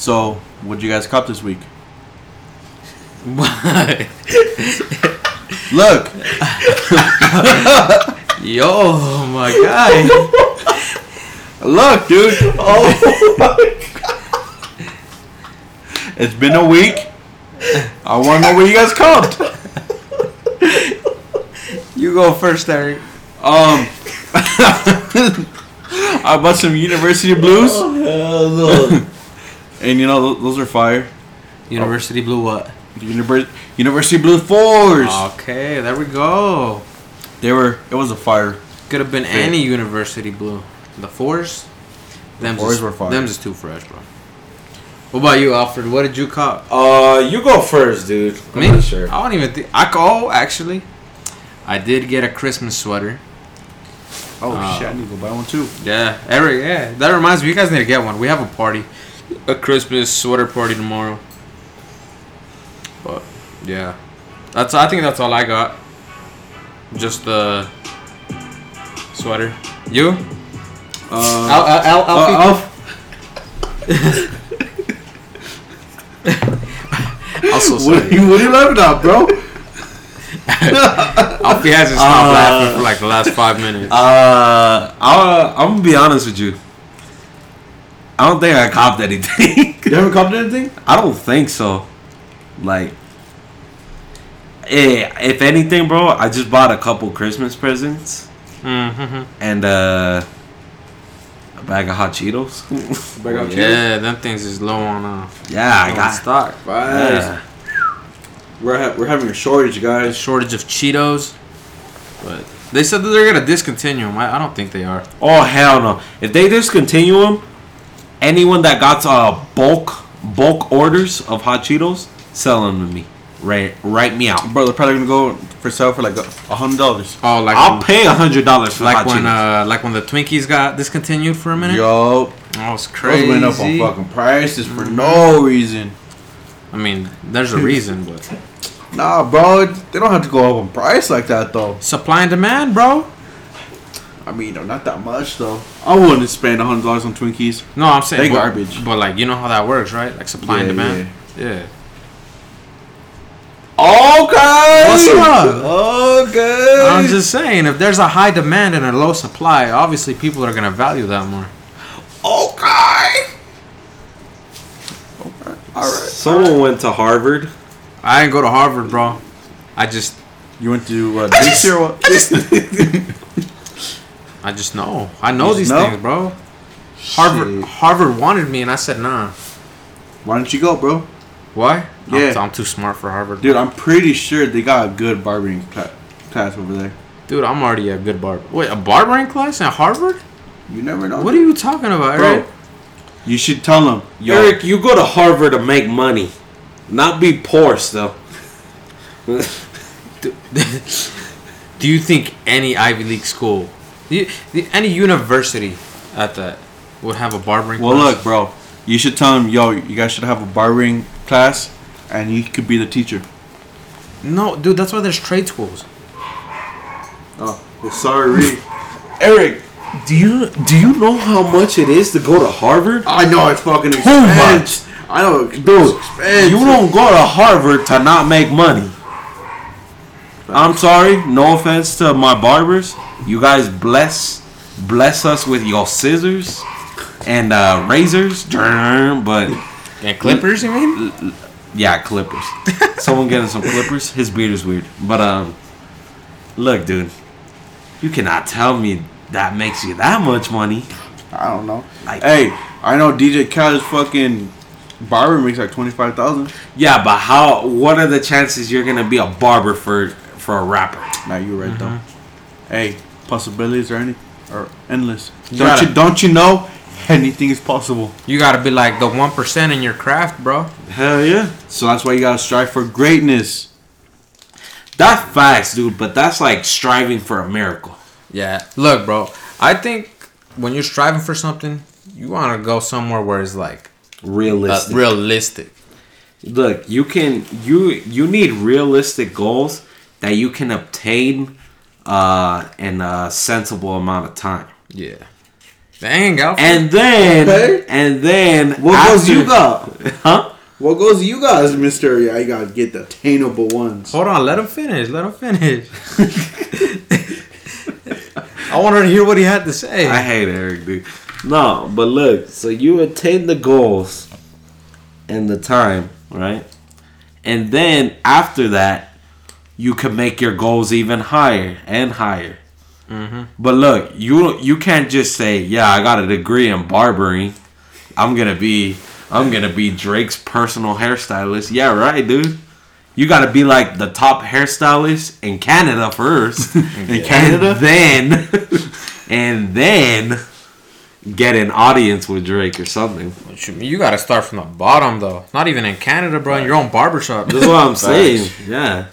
C: So, what'd you guys cop this week? Look,
A: Yo, my guy.
C: look, dude. Oh It's been a week. I want to know what you guys copped.
A: You go first, Eric.
C: Um, I bought some University Blues,
B: Oh,
C: and you know tho- those are fire.
A: University Blue what?
C: Univer- University Blue fours.
A: Okay, there we go.
C: They were. It was a fire.
A: Could have been any University Blue. The fours? Them's
C: fours
A: is,
C: were fire.
A: Them's is too fresh, bro. What about you, Alfred? What did you cop?
B: uh, you go first, dude. I'm
A: Me?
B: not sure.
A: I don't even think. I call actually. I did get a Christmas sweater.
C: Oh
A: Uh,
C: shit! I need to go buy one too.
A: Yeah, Eric. Yeah, that reminds me. You guys need to get one. We have a party, a Christmas sweater party tomorrow. But yeah, that's. I think that's all I got. Just the sweater. You? Oh,
C: Uh,
A: Al, Al, Al, Alfie?
C: uh, Alf-
A: I'm so
C: What are
A: sorry.
C: you, what are you laughing at, bro?
A: Alfie hasn't stopped
B: Uh,
A: laughing for like the last five minutes.
B: Uh, I'll, I'm gonna be honest with you. I don't think I copped anything.
C: You haven't copped anything?
B: I don't think so. Like, eh, if anything, bro, I just bought a couple Christmas presents
A: Mhm.
B: and uh, a bag of hot Cheetos.
A: Yeah, them things is low on uh,
B: yeah, I
A: low on
B: got.
A: stock.
B: Yeah.
C: We're, ha- we're having a shortage,
A: a
C: guys.
A: shortage of Cheetos, but they said that they're gonna discontinue them. I, I don't think they are.
B: Oh hell no! If they discontinue them, anyone that got uh, bulk bulk orders of hot Cheetos, sell them to me. Right, write me out.
C: Bro, they're probably gonna go for sale for like a hundred dollars.
A: Oh, like
B: I'll pay a hundred dollars for
A: like
B: hot
A: when
B: Cheetos.
A: uh, like when the Twinkies got discontinued for a minute.
C: Yo,
A: Oh, it's
C: those
A: crazy.
C: went up on fucking prices for no reason.
A: I mean, there's a reason, but
C: Nah, bro, they don't have to go up on price like that though.
A: supply and demand, bro.
C: I mean, no, not that much though. I wouldn't spend a hundred dollars on Twinkies.
A: No, I'm saying
C: They
A: but-
C: garbage.
A: But like, you know how that works, right? Like supply and
C: Yeah,
A: demand. Yeah.
B: Okay.
A: What's up?
B: Okay.
A: I'm just saying, if there's a high demand and a low supply, obviously people are gonna value that more.
B: okay.
C: All right.
B: Someone went to Harvard.
A: I didn't go to Harvard, bro. I just,
C: You went to uh, this year? What?
A: I just know. I know
C: You
A: these
C: know?
A: things, bro. Harvard,
C: Shit.
A: Harvard wanted me, and I said nah.
C: Why don't you go, bro?
A: Why? I'm-
C: Yeah.
A: I'm, too smart for Harvard, dude.
C: Dude, I'm pretty sure they got a good barbering cla- class over there.
A: I'm already a good barber. Wait, a barbering class at Harvard?
C: You never know.
A: What are you talking about,
C: bro?
A: Eric?
C: You should tell them. Yo,
B: Eric, you go to Harvard to make money, not be poor still.
A: Do you think any Ivy League school, you- the- any university at that would have a barbering?
C: Well,
A: class?
C: look, bro. You should tell him, yo, you guys should have a barbering class, and you could be the teacher.
A: no, dude, that's why there's trade schools.
C: Oh, sorry.
B: Eric, do you do you know how much it is to go to Harvard?
C: I know it's fucking
B: expense.
C: I know,
B: Dude, you don't go to Harvard to not make money. I'm sorry, no offense to my barbers. You guys bless bless us with your scissors and uh, razors, but
A: And Clippers, you mean?
B: yeah, clippers. Someone getting some clippers. His beard is weird, but um, look, dude, you cannot tell me that makes you that much money.
C: I don't know.
B: Like-
C: hey, I know DJ Khaled's fucking barber makes like twenty five thousand.
B: Yeah, but how? What are the chances you're gonna be a barber for for a rapper?
C: Nah, you right though. Hey, possibilities are any are endless.
A: You
C: don't
A: gotta-
C: you don't you know? Anything is possible.
A: You gotta be like the one percent in your craft, bro.
B: Hell yeah.
C: So that's why you gotta strive for greatness.
B: That facts, dude, but that's like striving for a miracle.
A: Yeah. Look, bro. I think when you're striving for something, you wanna go somewhere where it's like uh,
B: Realistic.
A: realistic.
B: Look, you can you you need realistic goals that you can obtain uh in a sensible amount of time.
A: Yeah. Dang, Alfred.
B: And then
C: Okay.
B: and then
C: What goals you got?
B: Huh?
C: What goes you guys, Mister? Yeah, you gotta get the attainable ones.
A: Hold on, let him finish. Let him finish. I wanted to hear what he had to say.
B: I hate Eric, dude. No, but look, so you attain the goals and the time, right? And then after that, you can make your goals even higher and higher. But look, you you can't just say, "Yeah, I got a degree in barbering. I'm gonna be I'm gonna be Drake's personal hairstylist." Yeah, right, dude. You gotta be like the top hairstylist in Canada first, in
C: Canada?
B: then and then get an audience with Drake or something.
A: What you mean? You gotta start from the bottom, though. Not even in Canada, bro. In your own barbershop.
B: That's what I'm saying. Yeah,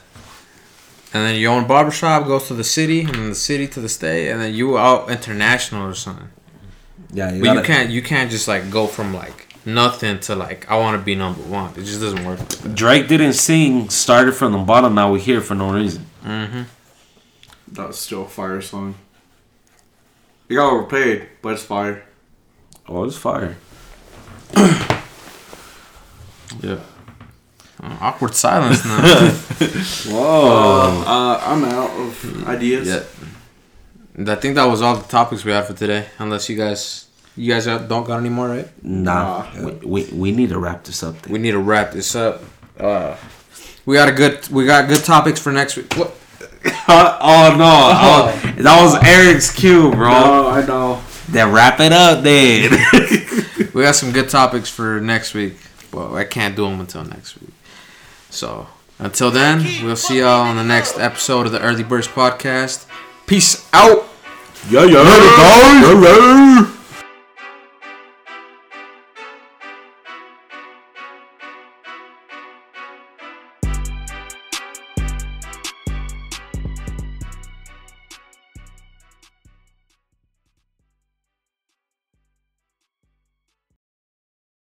A: and then your own barbershop goes to the city, and then the city to the state, and then you out international or something.
B: yeah.
A: But you can't, you can't just like go from like nothing to like I want to be number one. It just doesn't work.
B: Drake didn't sing. Started from the bottom. Now we're here for no reason.
C: That was still a fire song. It got overplayed, but it's fire.
B: Oh, it's fire. yeah.
A: Uh, awkward silence now.
B: Whoa.
C: Uh, I'm out of ideas.
A: yeah. I think that was all the topics we had for today. Unless you guys, you guys don't got any more, right?
B: Nah,
C: Nah.
B: we, we, we need to wrap this up.
A: we need to wrap this up. Uh, we got a good we got good topics for next week. What?
B: oh no, Oh, that was Eric's cue, bro.
C: Oh, I know.
B: Then wrap it up, then.
A: We got some good topics for next week. Well, I can't do them until next week. So until then, we'll see y'all on the next episode of the Early Birds Podcast. Peace out.
C: Yeah, yeah, yeah, yeah, yeah.